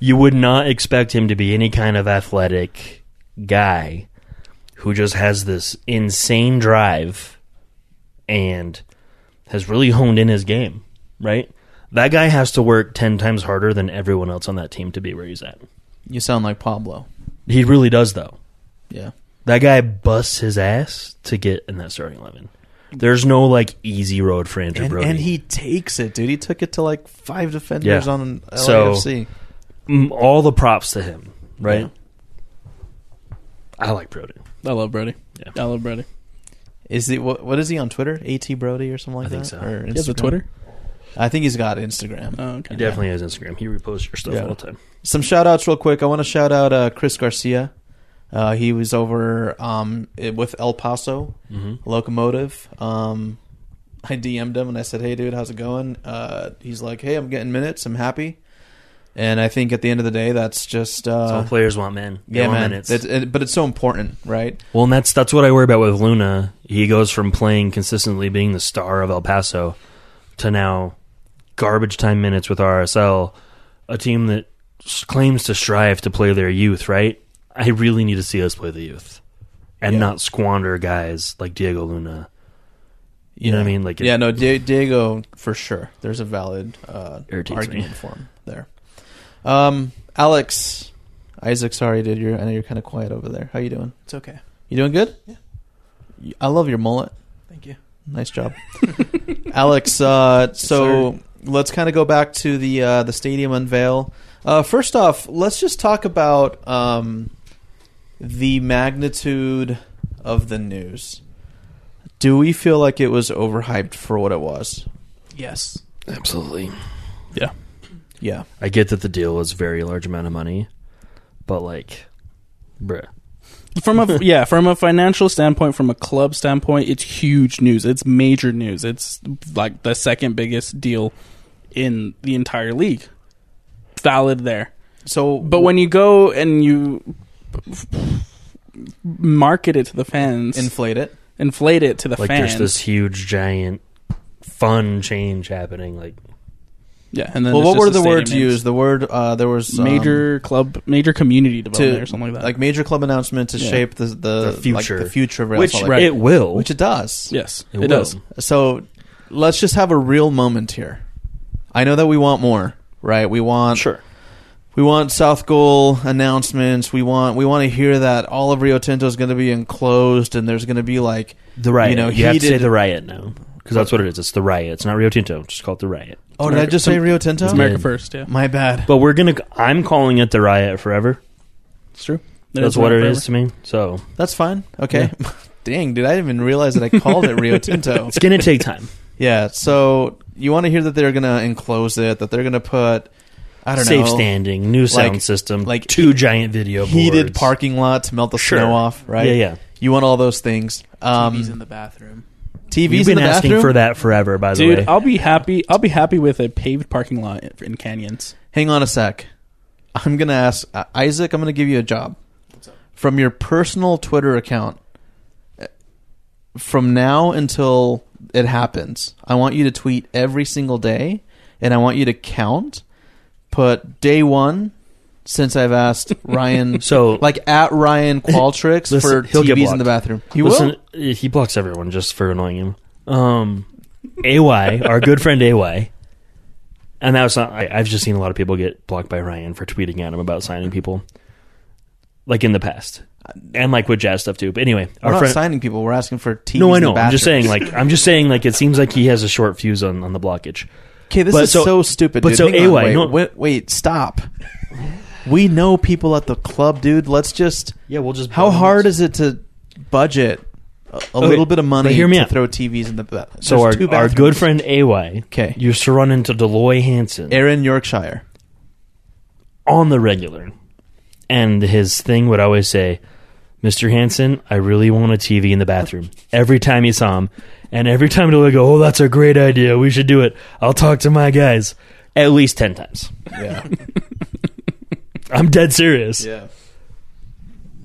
S2: You would not expect him to be any kind of athletic guy who just has this insane drive and has really honed in his game, right? That guy has to work 10 times harder than everyone else on that team to be where he's at.
S1: You sound like Pablo.
S2: He really does, though.
S1: Yeah.
S2: That guy busts his ass to get in that starting 11. There's no like easy road for Andrew
S1: And,
S2: Brody.
S1: and he takes it, dude. He took it to like five defenders
S2: Yeah.
S1: on
S2: So-
S1: LAFC.
S2: Mm, all the props to him, right? I like Brody.
S3: I love Brody.
S2: Yeah.
S3: I love Brody.
S1: Is he what, what is he on Twitter? At Brody or something like
S2: I
S1: that.
S2: think so.
S1: Or
S2: He
S3: He has a
S1: Instagram?
S3: Twitter.
S1: I think he's got Instagram.
S3: Oh, okay.
S2: He definitely has Instagram. He reposts your stuff
S1: Yeah.
S2: all the time.
S1: Some shout outs real quick. I want to shout out uh, Chris Garcia. Uh, he was over um, it- with El Paso
S2: Mm-hmm.
S1: Locomotive. Um, I DM'd him and I said, "Hey, dude, how's it going?" Uh, he's like, "Hey, I'm getting minutes. I'm happy." And I think at the end of the day, that's just
S2: So all
S1: uh,
S2: players want men. They
S1: yeah,
S2: want
S1: man.
S2: minutes.
S1: It's, it, but it's so important, right?
S2: well, and that's that's what I worry about with Luna. He goes from playing consistently, being the star of El Paso, to now garbage time minutes with RSL, a team that s- claims to strive to play their youth. Right? I really need to see us play the youth, and
S1: Yeah.
S2: not squander guys like Diego Luna. You know what I mean? Like, it-
S1: yeah, no, Di- Diego for sure. There's a valid uh,
S2: Irritates me.
S1: argument for him there. Um, Alex, Isaac, sorry, dude. You're, I know you're kind of quiet over there. How you doing?
S5: It's okay.
S1: You doing good? Yeah. I love your mullet.
S5: Thank you.
S1: Nice job, Alex. Uh, so let's kind of go back to the uh, the stadium unveil. Uh, first off, let's just talk about um, the magnitude of the news. Do we feel like it was overhyped for what it was?
S5: Yes.
S2: absolutely.
S1: Yeah,
S2: I get that the deal was a very large amount of money, but like, bruh.
S3: from a yeah from a financial standpoint from a club standpoint it's huge news it's major news it's like the second biggest deal in the entire league valid there
S1: So,
S3: but when you go and you market it to the fans
S1: inflate it,
S3: inflate it to the
S2: Like,
S3: fans
S2: there's this huge, giant, fun change happening. Like,
S3: yeah and then
S1: well,
S3: it's
S1: what
S3: just
S1: were
S3: a
S1: the
S3: stadium
S1: words
S3: names.
S1: used? The word uh, there was um,
S3: major club major community development
S1: to
S3: or something like that
S1: like major club announcement to
S3: Yeah.
S1: shape the the,
S2: The
S1: like,
S2: future.
S1: the future of Real
S2: which
S1: Salt Lake.
S2: it will,
S1: which it does.
S3: yes
S2: It
S3: it,
S2: will.
S3: does
S1: So let's just have a real moment here. I know that we want more, right? We want
S2: sure.
S1: we want South Goal announcements. We want we want to hear that all of Rio Tinto is going to be enclosed, and there's going to be like
S2: The riot.
S1: You know,
S2: you have to say
S1: heated-
S2: the riot now because that's what it is. It's the riot. It's not Rio Tinto. Just call it the riot.
S1: oh, did I just say Rio Tinto?
S3: it's america first yeah
S1: My bad.
S2: But we're gonna. I'm calling it the riot forever.
S3: it's true
S2: That's what it is to me. So
S1: That's fine. Okay. Dang, dude, I didn't even realize that I called it Rio Tinto.
S2: it's gonna take time.
S1: Yeah. So you want to hear that they're going to enclose it, that they're going to put I don't
S2: Safe
S1: know
S2: standing, new sound system,
S1: like
S2: like two giant video
S1: heated
S2: boards.
S1: parking lot to melt the
S2: Sure.
S1: snow off, right?
S2: Yeah, yeah.
S1: You want all those things. Um,
S5: TV's in the bathroom.
S1: TVs
S2: You've
S1: in
S2: been
S1: the
S2: asking
S1: bathroom.
S2: for that forever, by the way.
S3: Dude, I'll be happy. I'll be happy with a paved parking lot in canyons.
S1: Hang on a sec. I'm gonna ask uh, Isaac. I'm gonna give you a job from your personal Twitter account. uh, From now until it happens, I want you to tweet every single day, and I want you to count. Put day one since I've asked Ryan,
S2: So-
S1: like at Ryan Qualtrics for
S2: Listen, he'll get
S1: TVs in the
S2: blocked.
S1: bathroom. He will.
S2: Listen, he blocks everyone just for annoying him. Um, AY, our good friend AY, and that was not, I, I've just seen a lot of people get blocked by Ryan for tweeting at him about signing people, like in the past, and like with jazz stuff too. But anyway,
S1: We're
S2: our
S1: not
S2: friend.
S1: signing people. We're asking for TVs.
S2: no, I
S1: in the
S2: know. I'm just
S1: bathroom.
S2: saying, like, I'm just saying, like, it seems like he has a short fuse on, on the blockage.
S1: Okay, this
S2: But
S1: is so,
S2: so-
S1: stupid.
S2: but
S1: dude.
S2: so
S1: Hang on,
S2: AY,
S1: wait,
S2: no-
S1: wait, wait, stop. we know people at the club, dude. Let's just.
S2: Yeah, we'll just.
S1: How hard is it to budget a, a
S2: Okay,
S1: little bit of money
S2: but hear me
S1: to
S2: out.
S1: throw TVs in the ba-
S2: so? Our,
S1: there's two
S2: our
S1: bathrooms.
S2: good friend AY,
S1: Okay.
S2: used to run into Deloy Hansen.
S1: Aaron Yorkshire.
S2: on the regular. And his thing would always say, Mr. Hansen, I really want a TV in the bathroom. Every time he saw him. And every time he would go, Oh, that's a great idea. We should do it. I'll talk to my guys. At least 10 times.
S1: Yeah,
S2: I'm dead serious.
S1: yeah.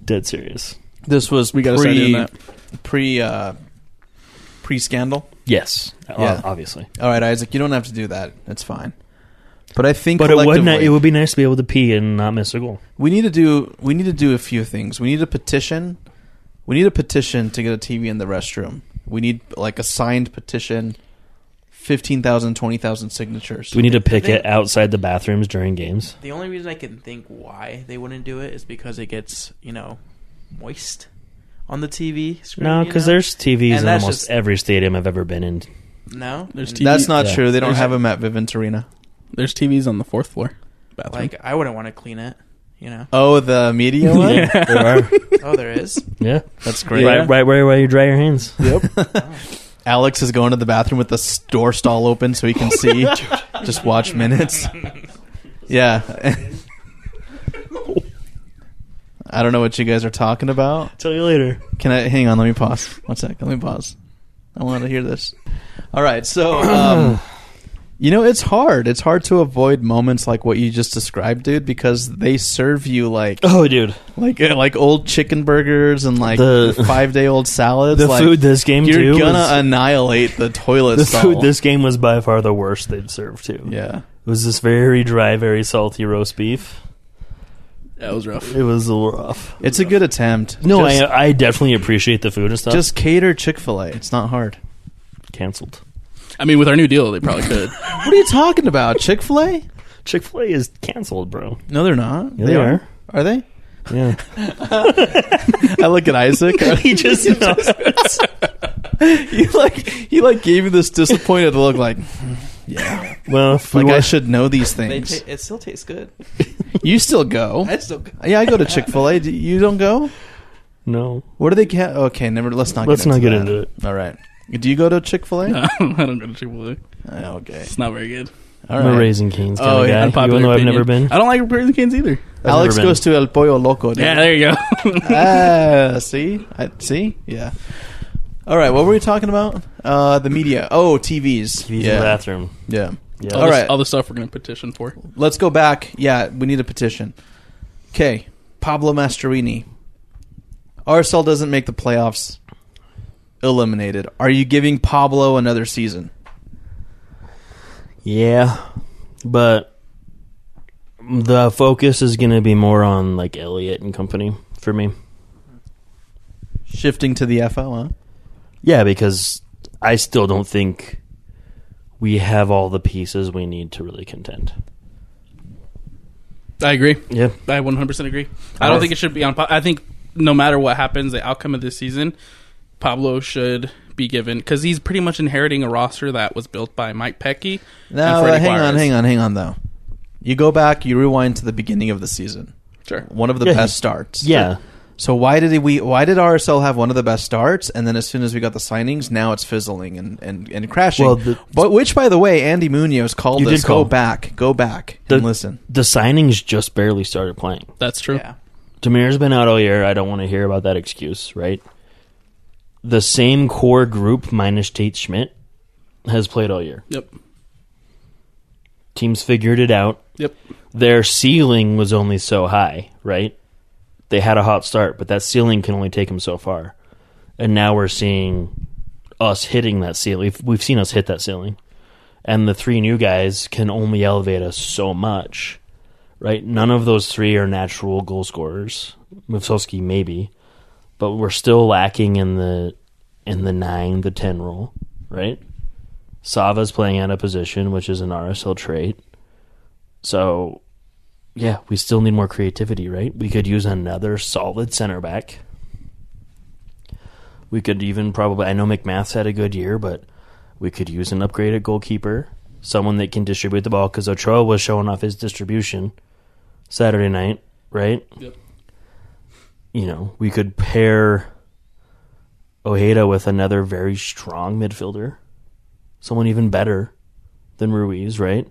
S2: Dead serious.
S1: This was we
S3: gotta start doing
S1: pre
S3: that.
S1: pre uh, pre scandal.
S2: Yes. O-
S1: Yeah.
S2: Obviously.
S1: All right, Isaac, you don't have to do that. It's fine. But I think
S2: But it would, not,
S1: collectively-
S2: it would be nice to be able to pee and not miss a goal.
S1: We need to do we need to do a few things. We need a petition. We need a petition to get a TV in the restroom. We need like a signed petition, 15,000, 20,000 signatures.
S2: Do we need to picket outside the bathrooms during games?
S5: The only reason I can think why they wouldn't do it is because it gets, you know, moist on the TV screen?
S2: No,
S5: you
S2: because
S5: know?
S2: there's TVs
S5: And
S2: in
S5: that's
S2: almost
S5: just-
S2: every stadium I've ever been in.
S5: no.
S3: There's TV.
S1: That's not
S2: Yeah.
S1: true. They don't
S3: There's-
S1: have them at Vivint Arena.
S3: There's TVs on the fourth floor bathroom.
S5: Like I wouldn't want to clean it. You know.
S1: Oh, the media one.
S2: Yeah, there are.
S5: Oh, there is.
S2: Yeah,
S1: That's great.
S2: right, right where, where you dry your hands.
S1: Alex is going to the bathroom with the s- door stall open so he can see. Just watch minutes. Yeah. I don't know what you guys are talking about.
S2: Tell you later.
S1: Can I hang on? Let me pause. One sec. Let me pause. I want to hear this. All right. So, um, you know, it's hard. It's hard to avoid moments like what you just described, dude, because they serve you like
S2: Oh, dude,
S1: like like old chicken burgers and like
S2: The-
S1: five day old salads.
S2: the
S1: like,
S2: food this game
S1: you're
S2: too.
S1: gonna
S2: was,
S1: annihilate the toilet
S2: the
S1: stall.
S2: food this game was by far the worst they'd served too.
S1: yeah.
S2: It was this very dry, very salty roast beef.
S3: that was rough.
S2: It was rough.
S1: It's a good attempt.
S2: No,
S1: just,
S2: I uh, I definitely appreciate the food and stuff.
S1: just cater Chick Fil A. It's not hard.
S2: canceled.
S3: I mean, with our new deal, they probably could.
S1: What are you talking about, Chick Fil A?
S2: Chick Fil A is canceled, bro.
S1: No, they're not.
S2: Yeah, they are.
S1: Are they?
S2: Yeah,
S1: I look at Isaac.
S2: he just you know,
S1: he like he like gave you this disappointed look, like
S2: well, if we
S1: like I
S2: want-
S1: should know these
S5: They
S1: things.
S5: ta- it still tastes good.
S1: you still go?
S5: I still. go-
S1: Yeah, I go to Chick Fil A. You don't go?
S2: no.
S1: What do they get? Okay, never. Let's not.
S2: Let's
S1: get
S2: not
S1: into
S2: get
S1: that.
S2: into it.
S1: All right. Do you go to Chick Fil A?
S3: I don't go to Chick Fil A.
S1: Okay.
S3: It's not very good.
S1: All
S2: I'm a
S1: right.
S2: Raising Cane's kind
S1: Oh,
S2: of
S1: yeah,
S2: guy.
S3: Unpopular
S2: Even though I've
S3: opinion.
S2: never been.
S3: I don't like Raising Cane's either.
S2: I've
S1: Alex
S2: never been.
S1: goes to El Pollo Loco. dude.
S3: Yeah, there you go.
S1: Ah, see, I, see, yeah. All right, what were we talking about? Uh, the media. Oh, TVs.
S2: He's
S1: yeah.
S2: in the bathroom.
S1: Yeah.
S2: Yeah.
S1: All right.
S3: all the stuff we're going to petition for.
S1: Let's go back. Yeah, we need a petition. Okay, Pablo Mascherini. RSL doesn't make the playoffs. Eliminated. Are you giving Pablo another season?
S2: Yeah, but the focus is going to be more on like Elliot and company for me.
S1: Shifting to the FO, huh?
S2: Yeah, because I still don't think we have all the pieces we need to really contend.
S3: I agree.
S2: Yeah,
S3: I 100% agree. I don't think it should be on. Pa- I think no matter what happens, the outcome of this season, Pablo should be given because he's pretty much inheriting a roster that was built by Mike Pecky.
S1: No, but hang on, hang on, hang on, though. You go back, you rewind to the beginning of the season.
S3: Sure.
S1: One of the
S2: Yeah,
S1: best
S2: he-
S1: starts.
S2: yeah.
S1: So why did we? Why did RSL have one of the best starts, and then as soon as we got the signings, now it's fizzling and and, and crashing.
S2: Well, the-
S1: but which, by the way, Andy Munoz called
S2: You
S1: us.
S2: did call.
S1: Go back, go back,
S2: The-
S1: and listen.
S2: The signings just barely started playing.
S3: That's true.
S5: Yeah.
S2: Demir's been out all year. I don't want to hear about that excuse, right? The same core group minus Tate Schmidt has played all year.
S3: Yep.
S2: Teams figured it out.
S3: Yep.
S2: Their ceiling was only so high, right? They had a hot start, but that ceiling can only take them so far. And now we're seeing us hitting that ceiling. We've, we've seen us hit that ceiling. And the three new guys can only elevate us so much, right? None of those three are natural goal scorers. Mufsowski maybe, but we're still lacking in the in the nine, the ten role, right? Sava's playing out of position, which is an RSL trait. So, yeah, we still need more creativity, right? We could use another solid center back. We could even probably, I know McMath's had a good year, but we could use an upgraded goalkeeper, someone that can distribute the ball, because Ochoa was showing off his distribution Saturday night, right?
S3: Yep.
S2: You know, we could pair Ojeda with another very strong midfielder, someone even better than Ruiz, right?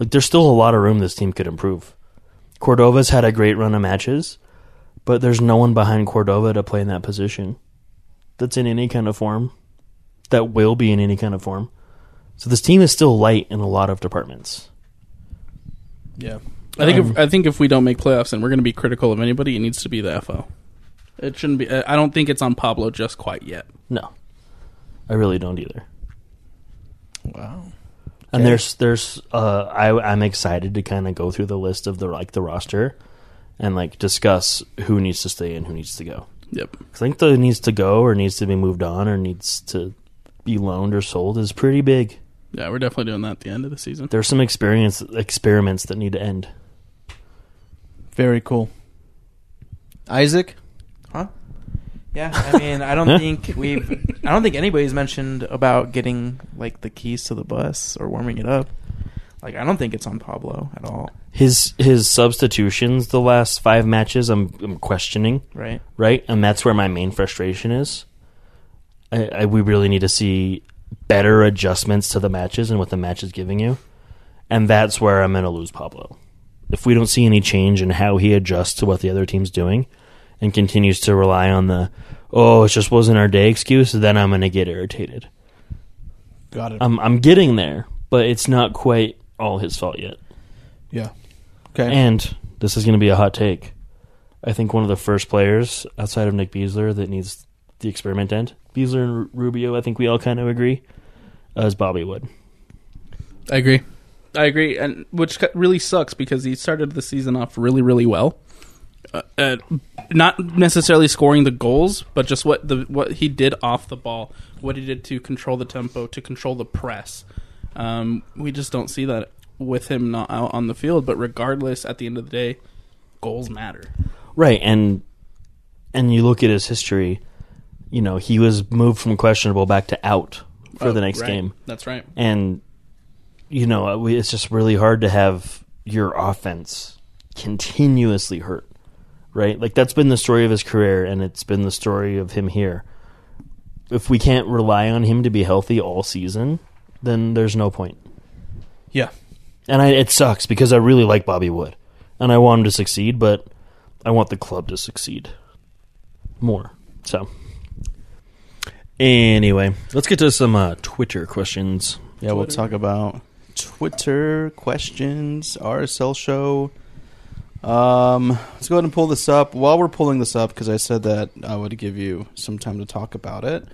S2: Like there's still a lot of room this team could improve. Cordova's had a great run of matches, but there's no one behind Cordova to play in that position that's in any kind of form, that will be in any kind of form. So this team is still light in a lot of departments.
S1: Yeah,
S3: I think if, I think if we don't make playoffs and we're going to be critical of anybody, it needs to be the FO. It shouldn't be. I I don't think it's on Pablo just quite yet.
S2: No. I really don't either.
S1: wow.
S2: And there's there's uh I I'm excited to kind of go through the list of the like the roster and like discuss who needs to stay and who needs to go.
S3: Yep.
S2: I think that needs to go or needs to be moved on or needs to be loaned or sold is pretty big.
S3: Yeah, we're definitely doing that at the end of the season.
S2: There's some experience experiments that need to end.
S1: Very cool. Isaac,
S5: Huh? Yeah, I mean, I don't think we've, I don't think anybody's mentioned about getting like the keys to the bus or warming it up. Like, I don't think it's on Pablo at all,
S2: His his substitutions the last five matches I'm I'm questioning.
S5: right?
S2: right? And that's where my main frustration is. I, I we really need to see better adjustments to the matches and what the match is giving you, and that's where I'm going to lose Pablo. If we don't see any change in how he adjusts to what the other team's doing, and continues to rely on the "oh, it just wasn't our day" excuse, then I'm going to get irritated.
S6: Got it.
S2: I'm I'm getting there, but it's not quite all his fault yet.
S6: yeah. Okay.
S2: And this is going to be a hot take. I think one of the first players outside of Nick Beasler that needs the experiment end. Beasler and Ru- Rubio, I think we all kind of agree, uh, is Bobby Wood.
S3: I agree. I agree, and which cu- really sucks because he started the season off really, really well. Uh, uh, not necessarily scoring the goals, but just what the what he did off the ball, what he did to control the tempo, to control the press. Um, we just don't see that with him not out on the field. But regardless, at the end of the day, goals matter.
S2: Right, and and you look at his history, you know, he was moved from questionable back to out for the next
S3: Right.
S2: game.
S3: That's right.
S2: and you know uh, we- it's just really hard to have your offense continuously hurt right like that's been the story of his career and it's been the story of him here if we can't rely on him to be healthy all season then there's no point
S6: yeah.
S2: and I, it sucks because i really like bobby wood and i want him to succeed but i want the club to succeed more so anyway let's get to some uh, twitter questions
S1: Yeah, we'll talk about Twitter questions, RSL show. Um, let's go ahead and pull this up. While we're pulling this up, because I said that I would give you some time to talk about it.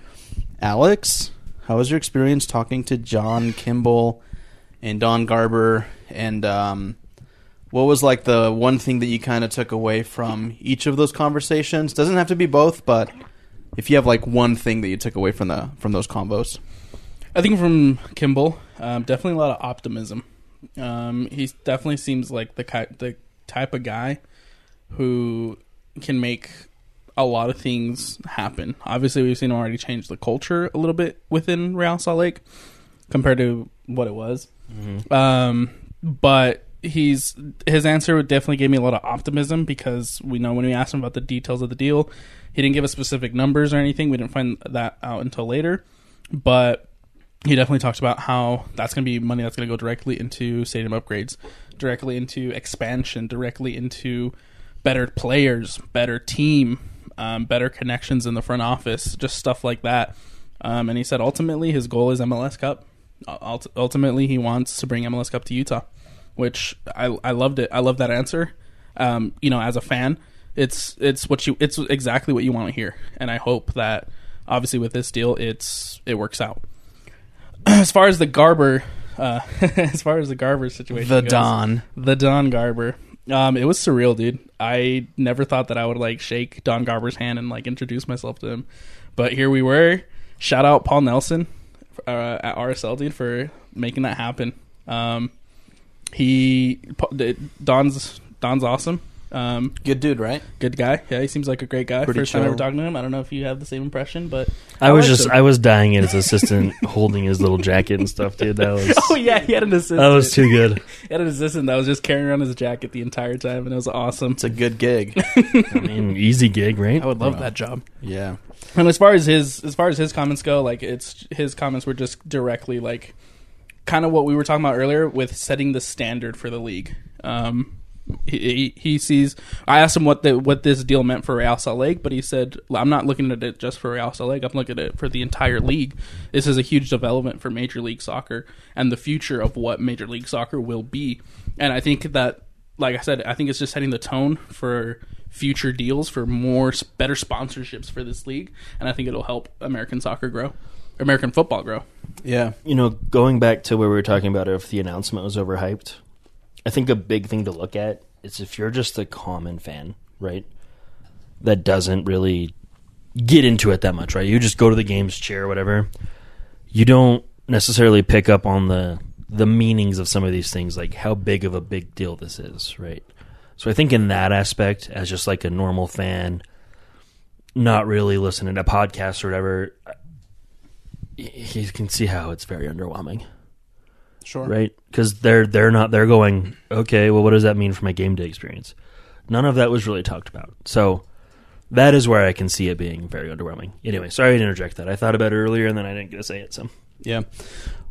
S1: Alex, how was your experience talking to John Kimball and Don Garber? And um, what was like the one thing that you kind of took away from each of those conversations? Doesn't have to be both, but if you have like one thing that you took away from the from those combos,
S3: I think from Kimball, um, definitely a lot of optimism. Um, he definitely seems like the ki- the type of guy who can make a lot of things happen. Obviously, we've seen him already change the culture a little bit within Real Salt Lake compared to what it was. Um, but he's his answer would definitely gave me a lot of optimism because we know when we asked him about the details of the deal, he didn't give us specific numbers or anything. We didn't find that out until later, but he definitely talked about how that's going to be money that's going to go directly into stadium upgrades, directly into expansion, directly into better players, better team, um, better connections in the front office, just stuff like that. Um, and he said ultimately his goal is MLS Cup. Ult- ultimately, he wants to bring MLS Cup to Utah, which I, I loved it. I love that answer. Um, you know, as a fan, it's it's what you it's exactly what you want to hear, and I hope that obviously with this deal, it's it works out as far as the Garber, uh, as far as the Garber situation,
S5: The
S3: goes,
S5: Don.
S3: the Don Garber. Um, it was surreal, dude. I never thought that I would like shake Don Garber's hand and like introduce myself to him, but here we were. Shout out Paul Nelson uh, at RSL, dude, for making that happen. Um, he Pa- Don's Don's awesome. Um,
S1: good dude, right?
S3: good guy. Yeah, he seems like a great guy.
S1: Pretty
S3: First time
S1: chill.
S3: ever talking to him. I don't know if you have the same impression, but
S2: I, was
S3: liked
S2: just
S3: him.
S2: I was dying at his assistant holding his little jacket and stuff, dude. That was
S3: oh yeah, he had an assistant.
S2: that was too good.
S3: He had an assistant that was just carrying around his jacket the entire time, and it was awesome.
S1: It's a good gig.
S2: I mean, easy gig, right?
S3: I would love that job.
S1: yeah.
S3: And as far as his as far as his comments go, like it's his comments were just directly like kind of what we were talking about earlier with setting the standard for the league. Um, he, he he sees. I asked him what the what this deal meant for Real Salt Lake, but he said, "I'm not looking at it just for Real Salt Lake. I'm looking at it for the entire league. This is a huge development for Major League Soccer and the future of what Major League Soccer will be." And I think that, like I said, I think it's just setting the tone for future deals for more s- better sponsorships for this league, and I think it'll help American soccer grow, American football grow.
S1: Yeah.
S2: you know, going back to where we were talking about if the announcement was overhyped, I think a big thing to look at is if you're just a common fan, right? That doesn't really get into it that much, right? You just go to the games, cheer, whatever. You don't necessarily pick up on the the meanings of some of these things, like how big of a big deal this is, right? So I think in that aspect, as just like a normal fan, not really listening to podcasts or whatever, y- you can see how it's very underwhelming,
S6: Sure.
S2: right? Because they're they're not they're going okay. Well, what does that mean for my game day experience? None of that was really talked about. So that is where I can see it being very underwhelming. Anyway, sorry to interject that. I thought about it earlier and then I didn't get to say it. So
S1: Yeah.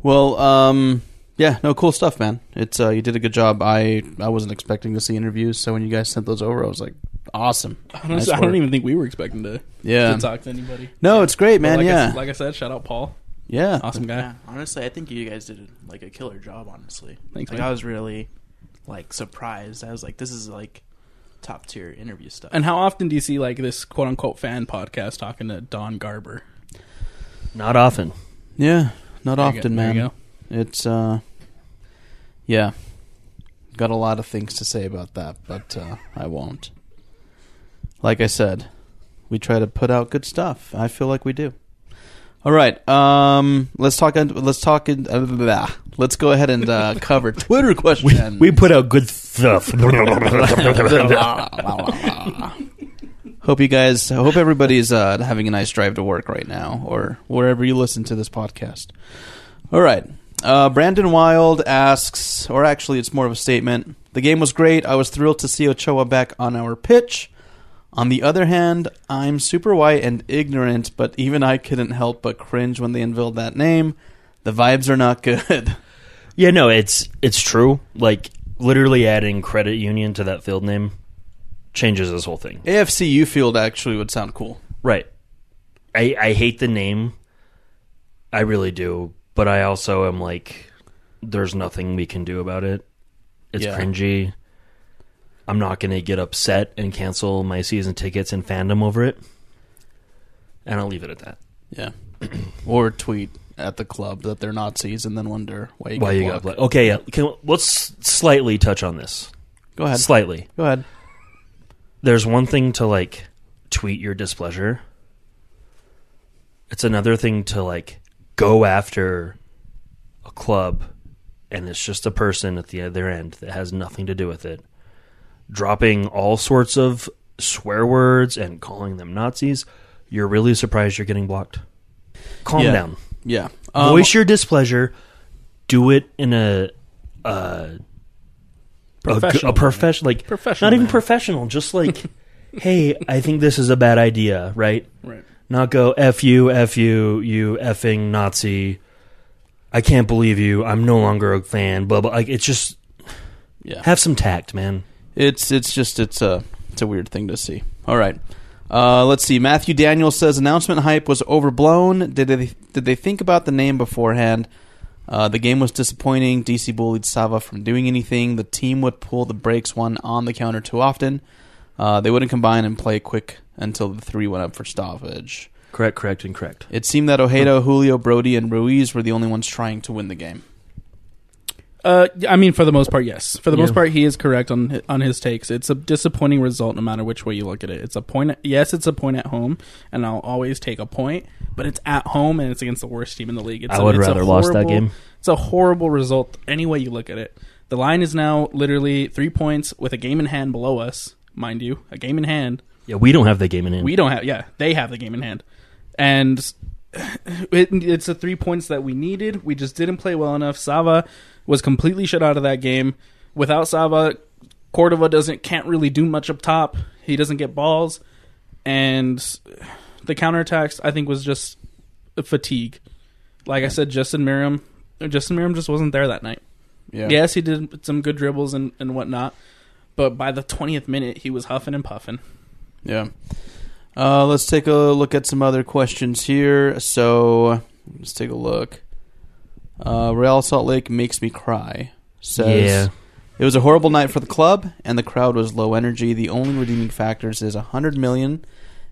S1: Well, um, yeah, no, cool stuff, man. It's uh, you did a good job. I I wasn't expecting to see interviews, so when you guys sent those over, I was like, awesome.
S3: I don't,
S1: Nice
S3: I don't
S1: work.
S3: even think we were expecting to,
S1: Yeah.
S3: to talk to anybody.
S1: No, it's great, man.
S3: like
S1: yeah,
S3: I, like I said, shout out Paul.
S1: yeah,
S3: Awesome guy.
S5: Yeah, honestly, I think you guys did like a killer job. Honestly,
S3: Thanks,
S5: like
S3: man.
S5: I was really like surprised. I was like, this is like top tier interview stuff.
S3: And how often do you see like this quote unquote fan podcast talking to Don Garber?
S2: not often.
S1: yeah. Not
S3: There you go-
S1: often,
S3: there
S1: man.
S3: you
S1: It's uh, yeah, got a lot of things to say about that, but uh, I won't. Like I said, we try to put out good stuff. I feel like we do. All right, um, let's talk. Let's talk. In, uh, blah. Let's go ahead and uh, cover Twitter question.
S2: We put out good stuff.
S1: hope you guys I hope everybody's uh, having a nice drive to work right now or wherever you listen to this podcast all right uh, brandon wild asks or actually it's more of a statement the game was great i was thrilled to see ochoa back on our pitch on the other hand i'm super white and ignorant but even i couldn't help but cringe when they unveiled that name the vibes are not good
S2: Yeah, no, it's it's true. Like literally adding credit union to that field name changes this whole thing.
S1: afcu field actually would sound cool
S2: Right. I I hate the name. I really do, but I also am like there's nothing we can do about it. It's
S1: Yeah.
S2: cringy. I'm not going to get upset and cancel my season tickets and fandom over it. And I'll leave it at that.
S1: yeah or tweet at the club that they're nazis and then wonder why you,
S2: Why you
S1: blocked.
S2: got black? Okay, yeah. Can, let's slightly touch on this.
S1: Go ahead.
S2: Slightly.
S1: Go ahead.
S2: there's one thing to like tweet your displeasure. It's another thing to like go after a club and it's just a person at the other end that has nothing to do with it. Dropping all sorts of swear words and calling them Nazis, you're really surprised you're getting blocked. Calm
S1: Yeah.
S2: down.
S1: Yeah. Um,
S2: Voice your displeasure. Do it in a uh a g- a,
S3: Professional
S2: professional like
S3: Professional
S2: not even
S3: manner.
S2: professional just like hey i think this is a bad idea right
S1: Um,
S3: Right.
S2: not go f you f you you effing nazi i can't believe you i'm no longer a fan blah blah like it's just
S1: Yeah.
S2: have some tact man
S1: it's it's just it's a it's a weird thing to see. All right. Uh, let's see. Matthew Daniel says announcement hype was overblown. Did they did they think about the name beforehand? Uh, the game was disappointing. DC bullied Sava from doing anything. The team would pull the brakes one on the counter too often. Uh, they wouldn't combine and play quick until the three went up for stoppage.
S2: correct correct and correct
S1: It seemed that Ojeda, Julio, Brody, and Ruiz were the only ones trying to win the game.
S3: Uh, I mean, for the most part, yes. For the
S2: Yeah.
S3: most part, he is correct on hi- on his takes. It's a disappointing result, no matter which way you look at it. It's a point. At, yes, it's a point at home, and I'll always take a point. But it's at home, and it's against the worst team in the league. It's
S2: I
S3: a-
S2: would
S3: it's a
S2: rather lost that
S3: horrible-
S2: game.
S3: It's a horrible result, any way you look at it. The line is now literally three points with a game in hand below us, mind you, a game in hand.
S2: yeah we don't have the game in hand
S3: We don't have. Yeah, they have the game in hand, and it, it's the three points that we needed. We just didn't play well enough. Sava was completely shut out of that game. Without Sava, Cordova doesn't can't really do much up top. He doesn't get balls, and the counterattacks I think was just fatigue. Like I said, Justin Merriam, Justin Merriam just wasn't there that night. Yes, he did some good dribbles and, and whatnot, but by the twentieth minute, he was huffing and puffing.
S1: Yeah. Uh, let's take a look at some other questions here. So let's take a look. Uh, Real Salt Lake makes me cry. Says
S2: Yeah.
S1: it was a horrible night for the club, and the crowd was low energy. The only redeeming factors is a hundred million,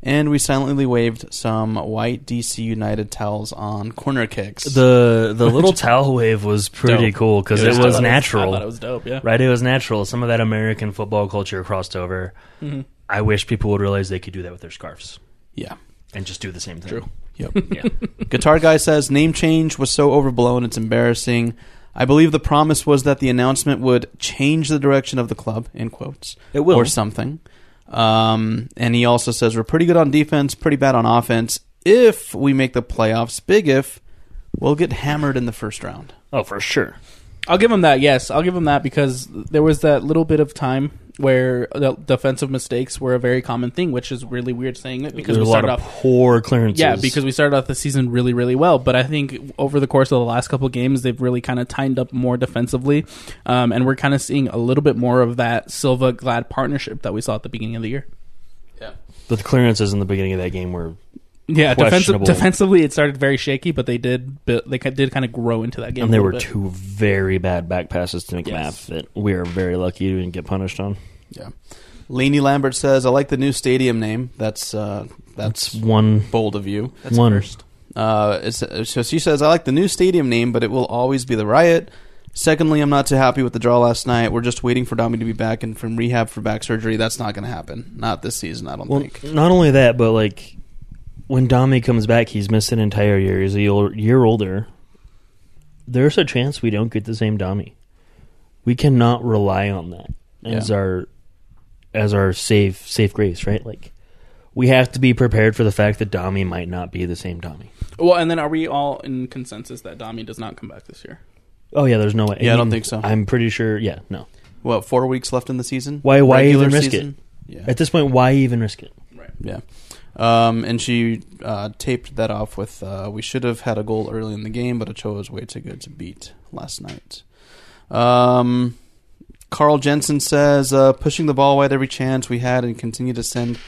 S1: and we silently waved some white DC United towels on corner kicks.
S2: the the little towel wave was pretty
S3: Dope.
S2: cool because it
S3: I
S2: was
S3: thought
S2: natural
S3: I thought it was dope. Yeah.
S2: right? It was natural. Some of that American football culture crossed over.
S3: Mm-hmm.
S2: I wish people would realize they could do that with their scarves
S1: yeah.
S2: and just do the same thing. True.
S1: Yep.
S2: Yeah.
S1: Guitar Guy says name change was so overblown it's embarrassing. I believe the promise was that the announcement would change the direction of the club, in quotes.
S2: It will.
S1: Or something. Um, and he also says we're pretty good on defense, pretty bad on offense. If we make the playoffs, big if, we'll get hammered in the first round.
S2: Oh, for sure.
S3: I'll give him that. Yes, I'll give him that because there was that little bit of time where the defensive mistakes were a very common thing, which is really weird saying it because
S2: There's a
S3: we
S2: lot
S3: started
S2: of
S3: off
S2: poor clearances.
S3: Yeah, because we started off the season really, really well. But I think over the course of the last couple of games, they've really kind of tightened up more defensively, um, and we're kind of seeing a little bit more of that Silva Glad partnership that we saw at the beginning of the year.
S2: the clearances in the beginning of that game were
S3: Yeah, defensive,
S2: Questionable.
S3: defensively, it started very shaky, but they did bu- they ki- did kind of grow into that game.
S2: and
S3: a
S2: there
S3: little
S2: were
S3: bit.
S2: two very bad back passes to McMath
S3: Yes.
S2: that we are very lucky to get punished on.
S1: Laney Lambert says, "I like the new stadium name. That's uh,
S2: That's
S1: that's
S2: one
S1: bold of you.
S2: one
S1: Uh, it's, so she says, I like the new stadium name, but it will always be the Riot. Secondly, I'm not too happy with the draw last night. We're just waiting for Domi to be back and from rehab for back surgery. That's not going to happen. Not this season, I don't
S2: Well,
S1: think.
S2: not only that, but like when Dami comes back, he's missed an entire year. He's a year- year older. There's a chance we don't get the same Dami. We cannot rely on that as our as our safe safe grace, right? Like we have to be prepared for the fact that Dami might not be the same Dami.
S3: Well, and then are we all in consensus that Dami does not come back this year?
S2: Oh yeah, there's no way.
S1: Yeah, I don't think so.
S2: I'm pretty sure. Yeah, no.
S1: What, four weeks left in the season?
S2: Why- why
S1: Regular
S2: even risk it?
S1: Yeah.
S2: At this point, why even risk it?
S1: Yeah. Um, and she uh, taped that off with uh, We should have had a goal early in the game, but Ochoa was way too good to beat last night. Um, Carl Jensen says uh, pushing the ball wide every chance we had and continue to send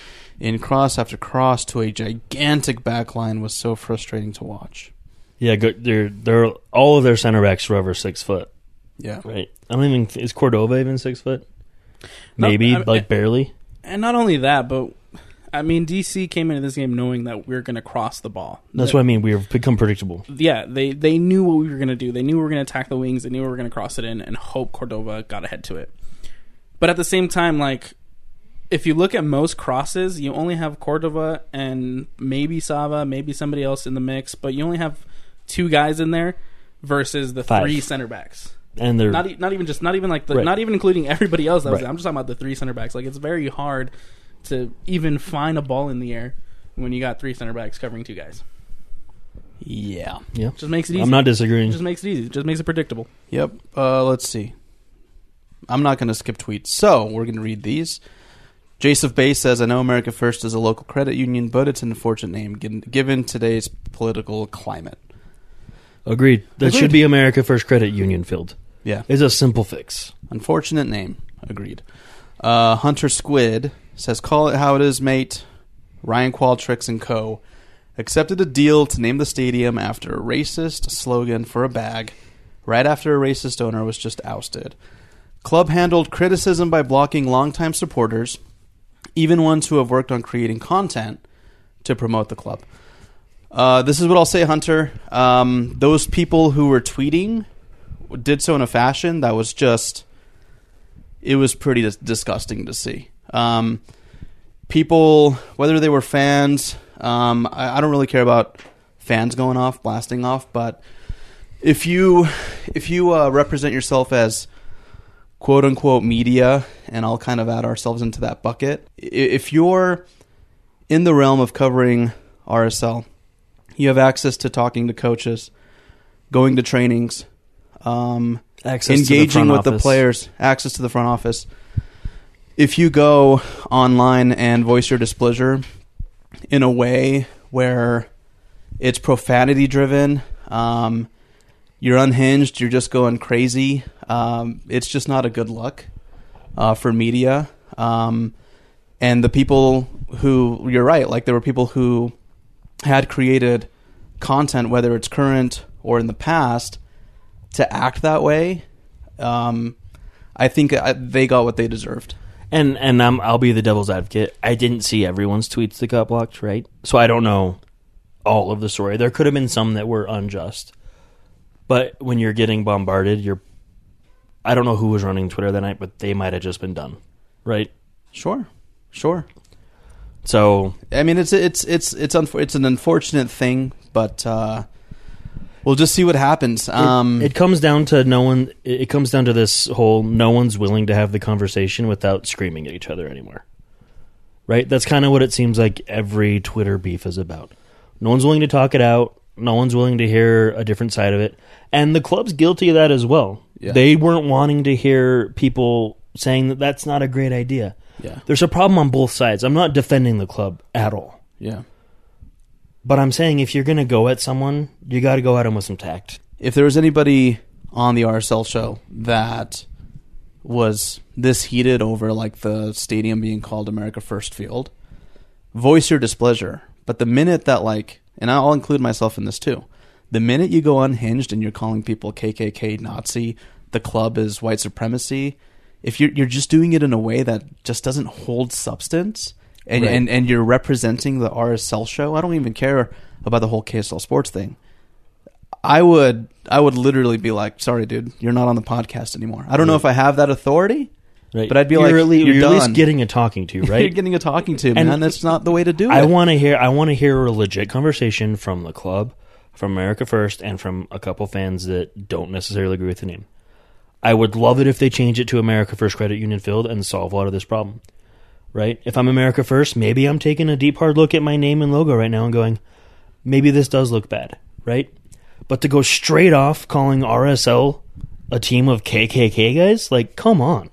S1: in cross after cross to a gigantic back line was so frustrating to watch.
S2: Yeah, go, they're they're all of their center backs were over six foot.
S1: Yeah.
S2: Right. I don't even is Cordova even six foot?
S3: No,
S2: Maybe
S3: I-
S2: like barely.
S3: And not only that, but I mean, DC came into this game knowing that we are going to cross the ball.
S2: That's what I mean. We've become predictable.
S3: yeah, they they knew what we were gonna do. They knew we were gonna attack the wings. They knew we were gonna cross it in and hope Cordova got ahead to it. But at the same time, like if you look at most crosses, you only have Cordova and maybe Sava, maybe somebody else in the mix, but you only have two guys in there versus the
S2: Five.
S3: three center backs.
S2: And they're
S3: Not e- not even just not even like the
S2: Right.
S3: not even including everybody else. That was,
S2: Right.
S3: I'm just talking about the three center backs. Like it's very hard to even find a ball in the air when you got three center backs covering two guys.
S1: Yeah.
S2: yeah.
S3: Just makes it easy.
S2: I'm not disagreeing.
S3: It just makes it easy. It just makes it predictable.
S1: Yep. Uh, let's see. I'm not going to skip tweets, so we're going to read these. Joseph Bay says, "I know America First is a local credit union, but it's an unfortunate name given, given today's political climate."
S2: Agreed. That
S1: Agreed.
S2: should be America First Credit Union filled.
S1: Yeah,
S2: It's a simple fix.
S1: unfortunate name. Agreed. Uh, Hunter Squid says, "Call it how it is, mate." Ryan Qualtrics and Co. accepted a deal to name the stadium after a racist slogan for a bag, right after a racist owner was just ousted. Club handled criticism by blocking longtime supporters, even ones who have worked on creating content to promote the club. Uh, this is what I'll say, Hunter. Um, those people who were tweeting did so in a fashion that was just, it was pretty dis- disgusting to see. Um, people, whether they were fans, um, I, I don't really care about fans going off, blasting off, but if you if you uh, represent yourself as quote unquote media, and I'll kind of add ourselves into that bucket. i- If you're in the realm of covering RSL, you have access to talking to coaches, going to trainings, um,
S2: Access
S1: engaging with the players, access to the front office. If you go online and voice your displeasure in a way where it's profanity driven, um, you're unhinged, you're just going crazy, um, it's just not a good look uh, for media. Um, and the people who, you're right, like there were people who had created content, whether it's current or in the past, to act that way, um, I think uh they got what they deserved.
S2: And and I'm, I'll be the devil's advocate. I didn't see everyone's tweets that got blocked, right? So I don't know all of the story. There could have been some that were unjust, but when you're getting bombarded, you're. I don't know who was running Twitter that night, but they might have just been done, right?
S1: Sure, sure.
S2: So
S1: I mean, it's it's it's it's unfor- it's an unfortunate thing, but uh, we'll just see what happens. Um,
S2: it comes down to no one. It it comes down to this whole: no one's willing to have the conversation without screaming at each other anymore. right? That's kind of what it seems like every Twitter beef is about. No one's willing to talk it out. No one's willing to hear a different side of it. And the club's guilty of that as well.
S1: Yeah.
S2: They weren't wanting to hear people saying that that's not a great idea.
S3: Yeah.
S2: There's a problem on both sides. I'm not defending the club at all.
S3: Yeah.
S2: But I'm saying if you're going to go at someone, you got to go at them with some tact.
S1: if there was anybody on the RSL show that was this heated over like the stadium being called America First Field, voice your displeasure. But the minute that like, and I'll include myself in this too, the minute you go unhinged and you're calling people KKK Nazi, the club is white supremacy. If you're you're just doing it in a way that just doesn't hold substance, and and, and you're representing the RSL show, I don't even care about the whole KSL sports thing. I would I would literally be like, sorry, dude, you're not on the podcast anymore. I don't know if I have that authority,
S2: Right.
S1: but I'd be
S2: You're
S1: like,
S2: at least,
S1: you're,
S2: you're at
S1: done.
S2: least getting a talking to,
S1: you're
S2: right?
S1: getting a talking to,
S2: And-
S1: man. That's not the way to do it.
S2: I want to hear. I want to hear a legit conversation from the club, from America First, and from a couple fans that don't necessarily agree with the name. I would love it if they change it to America First Credit Union Field and solve a lot of this problem. Right? If I'm America First, maybe I'm taking a deep hard look at my name and logo right now and going, maybe this does look bad. Right? But to go straight off calling RSL a team of KKK guys, like, come on.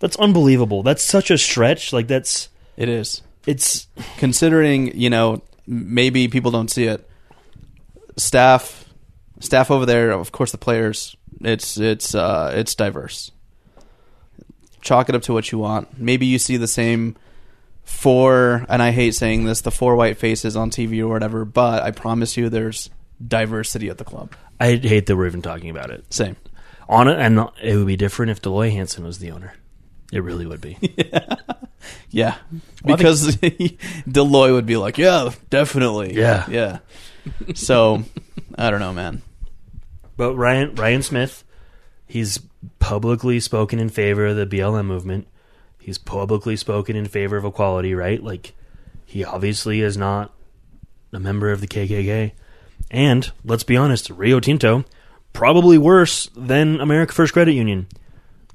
S2: That's unbelievable. That's such a stretch. Like, that's.
S1: it is
S2: It's
S1: considering you know maybe people don't see it. Staff, staff over there, of course, the players. It's it's uh, it's diverse. Chalk it up to what you want. Maybe you see the same four, and I hate saying this, the four white faces on TV or whatever. But I promise you, there's diversity at the club.
S2: I hate that we're even talking about it.
S1: Same.
S2: On it, and it would be different if Deloy Hansen was the owner. It really would be.
S1: Yeah, because Deloy would be like, yeah, definitely,
S2: Yeah.
S1: yeah. So I don't know, man.
S2: but Ryan Ryan Smith, he's publicly spoken in favor of the BLM movement. He's publicly spoken in favor of equality, right? Like he obviously is not a member of the KKK. And let's be honest, Rio Tinto probably worse than America First Credit Union.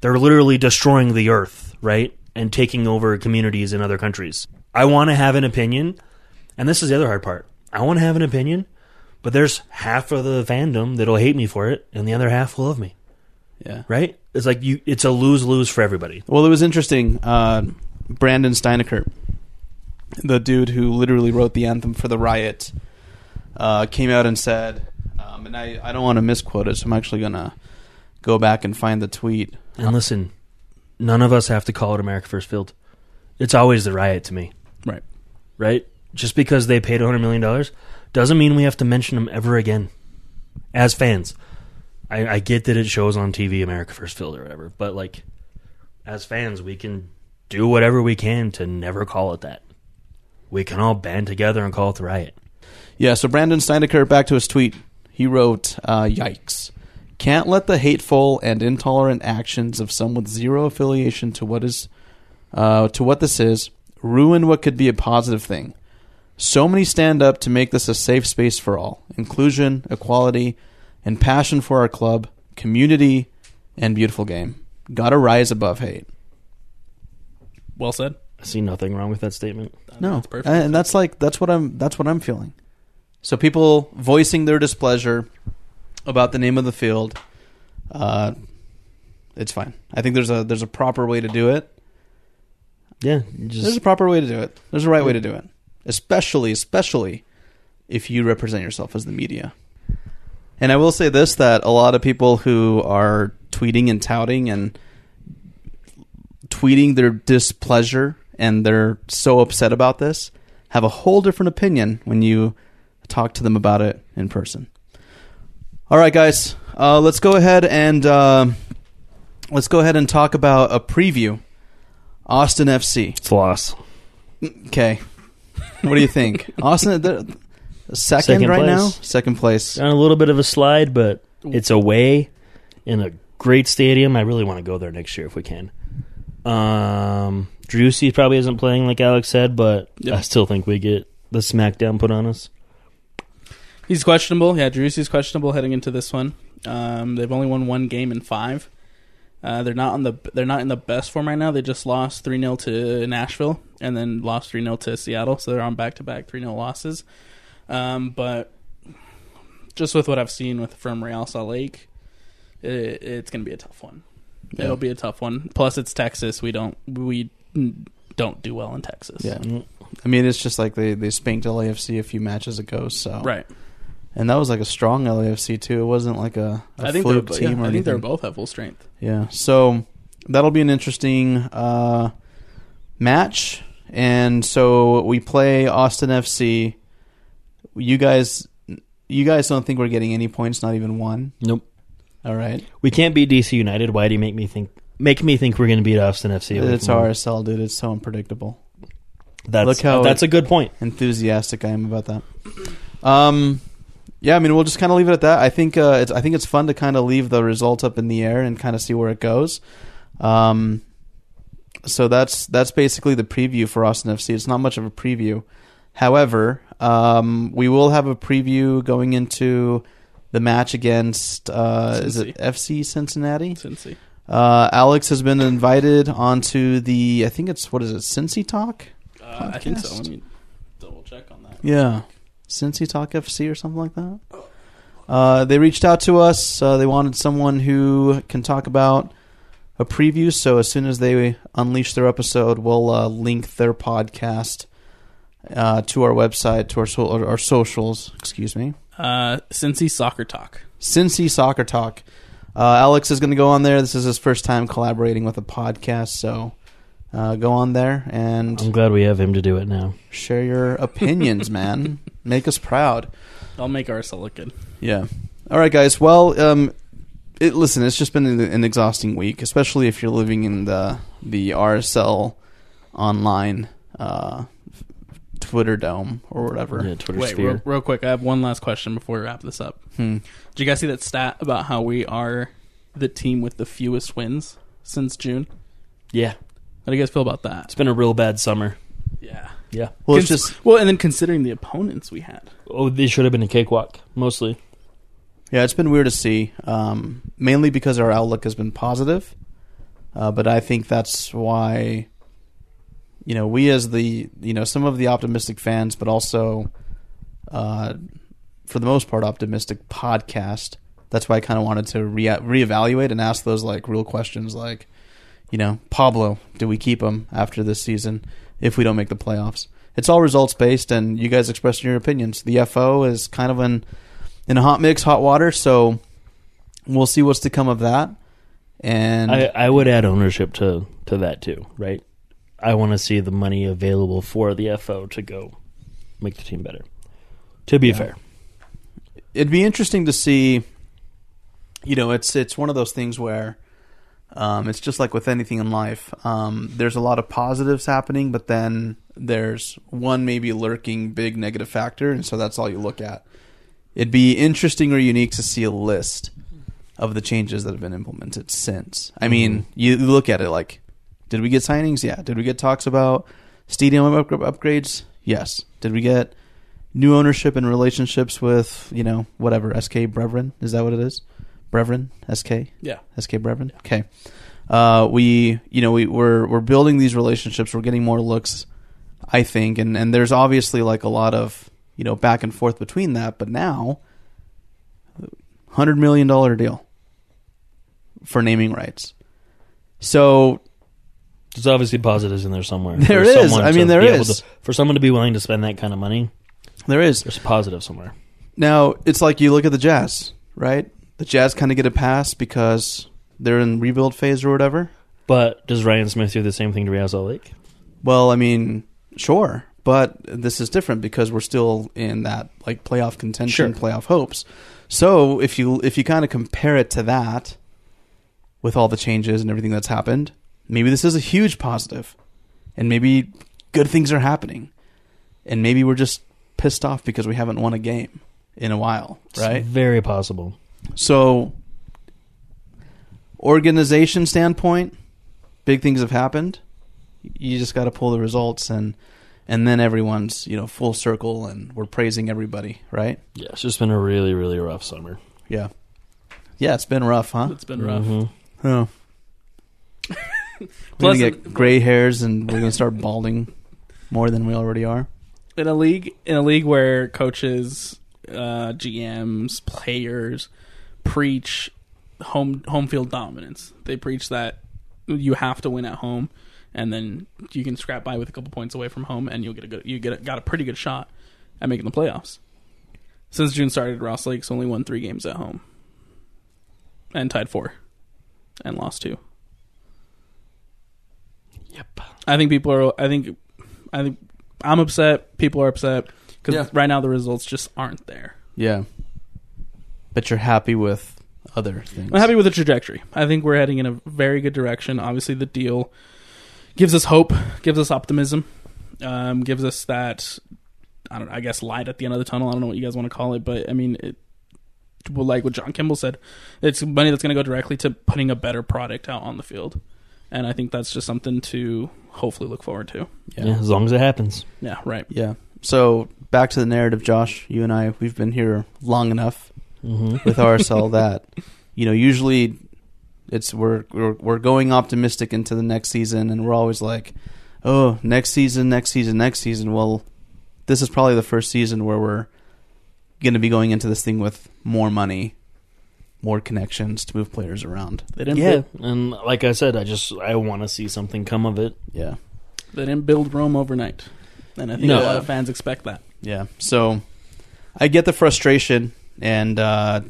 S2: They're literally destroying the earth, right? And taking over communities in other countries. I want to have an opinion, and this is the other hard part. I want to have an opinion, but there's half of the fandom that'll hate me for it, and the other half will love me.
S1: Yeah.
S2: Right? It's like you. It's a lose lose for everybody.
S1: Well, it was interesting. Uh, Brandon Steinecker, the dude who literally wrote the anthem for the riot, uh, came out and said, um, and I, I don't want to misquote it, so I'm actually going to go back and find the tweet.
S2: And listen, none of us have to call it America First Field. It's always the riot to me.
S3: Right.
S2: Right? Just because they paid $100 million doesn't mean we have to mention them ever again as fans. I, I get that it shows on TV America First Field or whatever, but like, as fans, we can do whatever we can to never call it that. We can all band together and call it the riot.
S1: Yeah, so Brandon Steinecker, back to his tweet. He wrote, uh, Yikes. Can't let the hateful and intolerant actions of some with zero affiliation to what is uh, to what this is ruin what could be a positive thing. So many stand up to make this a safe space for all. Inclusion, equality, and passion for our club, community, and beautiful game. Gotta rise above hate.
S3: Well said.
S2: I see nothing wrong with that statement.
S1: No,
S3: that's perfect.
S1: And that's like that's what I'm that's what I'm feeling. So people voicing their displeasure about the name of the field, uh, it's fine. I think there's a there's a proper way to do it.
S2: Yeah, you
S1: There's
S2: just
S1: a proper way to do it. There's a right way to do it. Especially especially if you represent yourself as the media. And I will say this that a lot of people who are tweeting and touting and tweeting their displeasure and they're so upset about this have a whole different opinion when you talk to them about it in person. All right, guys, uh, let's go ahead and uh, let's go ahead and talk about a preview. Austin FC.
S2: it's loss.
S1: Okay, what do you think, Austin? they're second,
S2: Second
S1: right
S2: place.
S1: now, second place.
S2: On a little bit of a slide, but it's away in a great stadium. I really want to go there next year if we can. Um, Drewsy probably isn't playing like Alex said, but I still think we get the smackdown put on us.
S3: He's questionable. Yeah, Drew's questionable heading into this one. Um, they've only won one game in five. Uh, they're not on the they're not in the best form right now. They just lost three 0 to Nashville and then lost three 0 to Seattle. So they're on back to back three 0 losses. Um, but just with what I've seen with from Real Salt Lake, it, it's going to be a tough one. It'll be a tough one. Plus, it's Texas. We don't we don't do well in Texas.
S1: Yeah.
S2: Mm-hmm.
S1: I mean, it's just like they, they spanked LAFC a few matches ago, so.
S3: Right.
S1: And that was like a strong LAFC, too. It wasn't like a, a
S3: I think they're
S1: fluke
S3: bo-
S1: team
S3: yeah,
S1: or
S3: I think they're
S1: anything.
S3: both at full strength.
S1: Yeah. So that'll be an interesting uh, match. And so we play Austin FC. You guys, you guys don't think we're getting any points? Not even one.
S2: Nope.
S1: All right.
S2: We can't beat DC United. Why do you make me think? Make me think we're going to beat Austin FC. away
S1: it's
S2: from home.
S1: RSL, dude. It's so unpredictable.
S2: That's
S1: Look how
S2: that's
S1: it-
S2: a good point.
S1: Enthusiastic I am about that. Um, yeah. I mean, we'll just kind of leave it at that. I think uh, it's I think it's fun to kind of leave the result up in the air and kind of see where it goes. Um, so that's that's basically the preview for Austin FC. It's not much of a preview. However, um, we will have a preview going into the match against uh, is it FC Cincinnati?
S3: Cincy.
S1: Uh, Alex has been invited onto the I think it's what is it Cincy Talk?
S3: Uh, I think so.
S1: Podcast.
S3: Let me double check on that.
S1: Yeah, Cincy Talk FC or something like that. Uh, they reached out to us. Uh, they wanted someone who can talk about a preview. So as soon as they unleash their episode, we'll uh, link their podcast uh, to our website, to our so- or our socials. Excuse me.
S3: Uh, Cincy soccer talk.
S1: Cincy Soccer Talk. Uh, Alex is going to go on there. This is his first time collaborating with a podcast, so uh, go on there
S2: I'm
S1: and
S2: glad we have him to do it now.
S1: share your opinions, man. Make us proud.
S3: I'll make RSL look good.
S1: Yeah. All right, guys. Well, um, it, listen, it's just been an, an exhausting week, especially if you're living in the the RSL online uh, Twitter dome or whatever.
S2: Yeah, Twitter
S3: Wait,
S2: sphere.
S3: real, real quick, I have one last question before we wrap this up.
S1: Hmm.
S3: Did you guys see that stat about how we are the team with the fewest wins since June?
S2: yeah,
S3: How do you guys feel about that?
S2: it's been a real bad summer.
S3: Yeah.
S2: Yeah.
S1: Well, it's
S3: Cons-
S1: just
S3: well, and then considering the opponents we had,
S2: Oh, this should have been a cakewalk mostly.
S1: yeah, it's been weird to see, um, mainly because our outlook has been positive. Uh, but I think that's why, you know, we as the you know some of the optimistic fans, but also, uh, for the most part, optimistic podcast. That's why I kind of wanted to re- reevaluate and ask those like real questions, like, you know, Pablo, do we keep him after this season if we don't make the playoffs? It's all results based, and you guys express your opinions. The FO is kind of in in a hot mix, hot water, so we'll see what's to come of that. And
S2: I, I would add ownership to to that too, right? I want to see the money available for the FO to go make the team better. To be fair,
S1: it'd be interesting to see. You know, it's it's one of those things where um, it's just like with anything in life. Um, there's a lot of positives happening, but then there's one maybe lurking big negative factor, and so that's all you look at. It'd be interesting or unique to see a list of the changes that have been implemented since. I mean, you look at it like, did we get signings? Yeah. Did we get talks about stadium up- upgrades? Yes. Did we get new ownership and relationships with you know whatever SK Brevin? Is that what it is? Brevin SK.
S3: yeah,
S1: SK Brevin. Okay. Uh, we you know we we're we're building these relationships. We're getting more looks, I think, and and there's obviously like a lot of you know back and forth between that. But now, hundred million dollar deal for naming rights. So
S2: there's obviously positives in there somewhere.
S1: There
S2: For
S1: is.
S2: someone
S1: I
S2: to
S1: mean, there
S2: be able
S1: is.
S2: to- for someone to be willing to spend that kind of money.
S1: there is
S2: There's a positive somewhere.
S1: Now it's like you look at the Jazz, right? The Jazz kind of get a pass because they're in rebuild phase or whatever.
S2: But does Ryan Smith do the same thing to Real Salt Lake?
S1: Well, I mean, sure, but this is different because we're still in that like playoff contention, playoff hopes. So if you if you kind of compare it to that, with all the changes and everything that's happened, maybe this is a huge positive, and maybe good things are happening, and maybe we're just pissed off because we haven't won a game in a while,
S2: It's
S1: right?
S2: very possible.
S1: So, organization standpoint, big things have happened. You just got to pull the results, and and then everyone's you know full circle, and we're praising everybody, right?
S2: Yeah, it's just been a really, really rough summer.
S1: Yeah, yeah. It's been rough, huh?
S3: it's been rough.
S2: hmm
S1: Yeah. We're
S3: Plus-
S1: gonna get gray hairs, and we're gonna start balding more than we already are.
S3: in a league in a league where coaches, uh, GMs, players preach home home field dominance. They preach that you have to win at home, and then you can scrap by with a couple points away from home, and you'll get a good you get a, got a pretty good shot at making the playoffs. Since June started, Ross Lake's only won three games at home, and tied four, and lost two.
S2: Yep.
S3: I think people are. I think, I think I'm upset. People are upset because
S1: Yeah.
S3: right now the results just aren't there.
S1: Yeah, but you're happy with other things.
S3: I'm happy with the trajectory. I think we're heading in a very good direction. Obviously, the deal gives us hope, gives us optimism, um, gives us that. I don't. I guess light at the end of the tunnel. I don't know what you guys want to call it, but I mean, it, well, like what John Kimball said, it's money that's going to go directly to putting a better product out on the field, and I think that's just something to hopefully look forward to.
S2: Yeah. as long as it happens.
S3: Yeah. Right.
S1: Yeah. So back to the narrative, Josh. You and I, we've been here long enough
S2: Mm-hmm.
S1: with RSL that you know usually it's we're, we're we're going optimistic into the next season, and we're always like, oh, next season, next season, next season. Well, this is probably the first season where we're going to be going into this thing with more money, more connections to move players around.
S3: They didn't.
S2: Yeah,
S3: build-
S2: and like I said, I just I want to see something come of it.
S1: Yeah.
S3: They didn't build Rome overnight, and I think
S2: No.
S3: a lot of fans expect that.
S1: Yeah. So I get the frustration and uh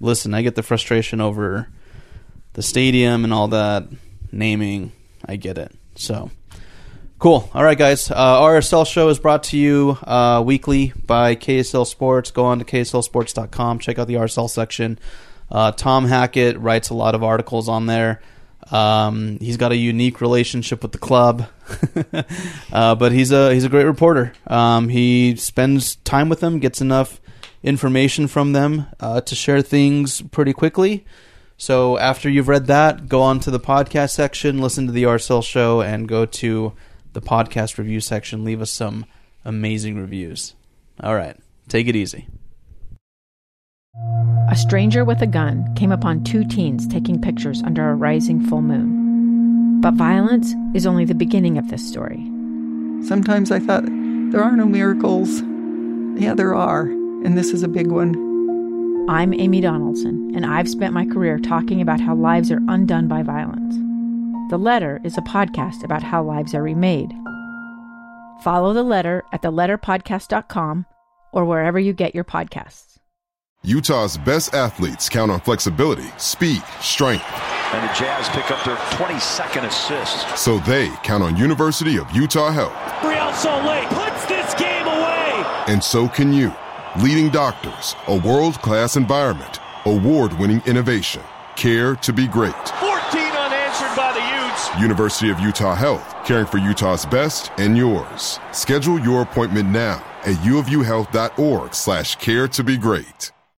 S1: listen, I get the frustration over the stadium and all that naming. I get it. So cool. All right guys. Uh RSL show is brought to you uh weekly by KSL Sports. Go on to kslsports.com, check out the RSL section. Uh Tom Hackett writes a lot of articles on there. Um, he's got a unique relationship with the club, uh, but he's a he's a great reporter. Um, he spends time with them, gets enough information from them uh, to share things pretty quickly. So after you've read that, go on to the podcast section, listen to the RSL show, and go to the podcast review section. Leave us some amazing reviews. All right, take it easy.
S7: A stranger with a gun came upon two teens taking pictures under a rising full moon. But violence is only the beginning of this story.
S8: Sometimes I thought, there are no miracles. Yeah, there are. And this is a big one.
S7: I'm Amy Donaldson, and I've spent my career talking about how lives are undone by violence. The Letter is a podcast about how lives are remade. Follow The Letter at theletterpodcast.com or wherever you get your podcasts.
S9: Utah's best athletes count on flexibility, speed, strength,
S10: And the Jazz pick up their 22nd assist.
S9: so they count on University of Utah Health.
S11: Real Salt Lake puts this game away.
S9: And so can you. Leading doctors, a world class environment, award winning innovation, care to be great.
S11: 14 unanswered by the Utes.
S9: University of Utah Health, caring for Utah's best and yours. Schedule your appointment now at uofuhealth.org slash care to be great.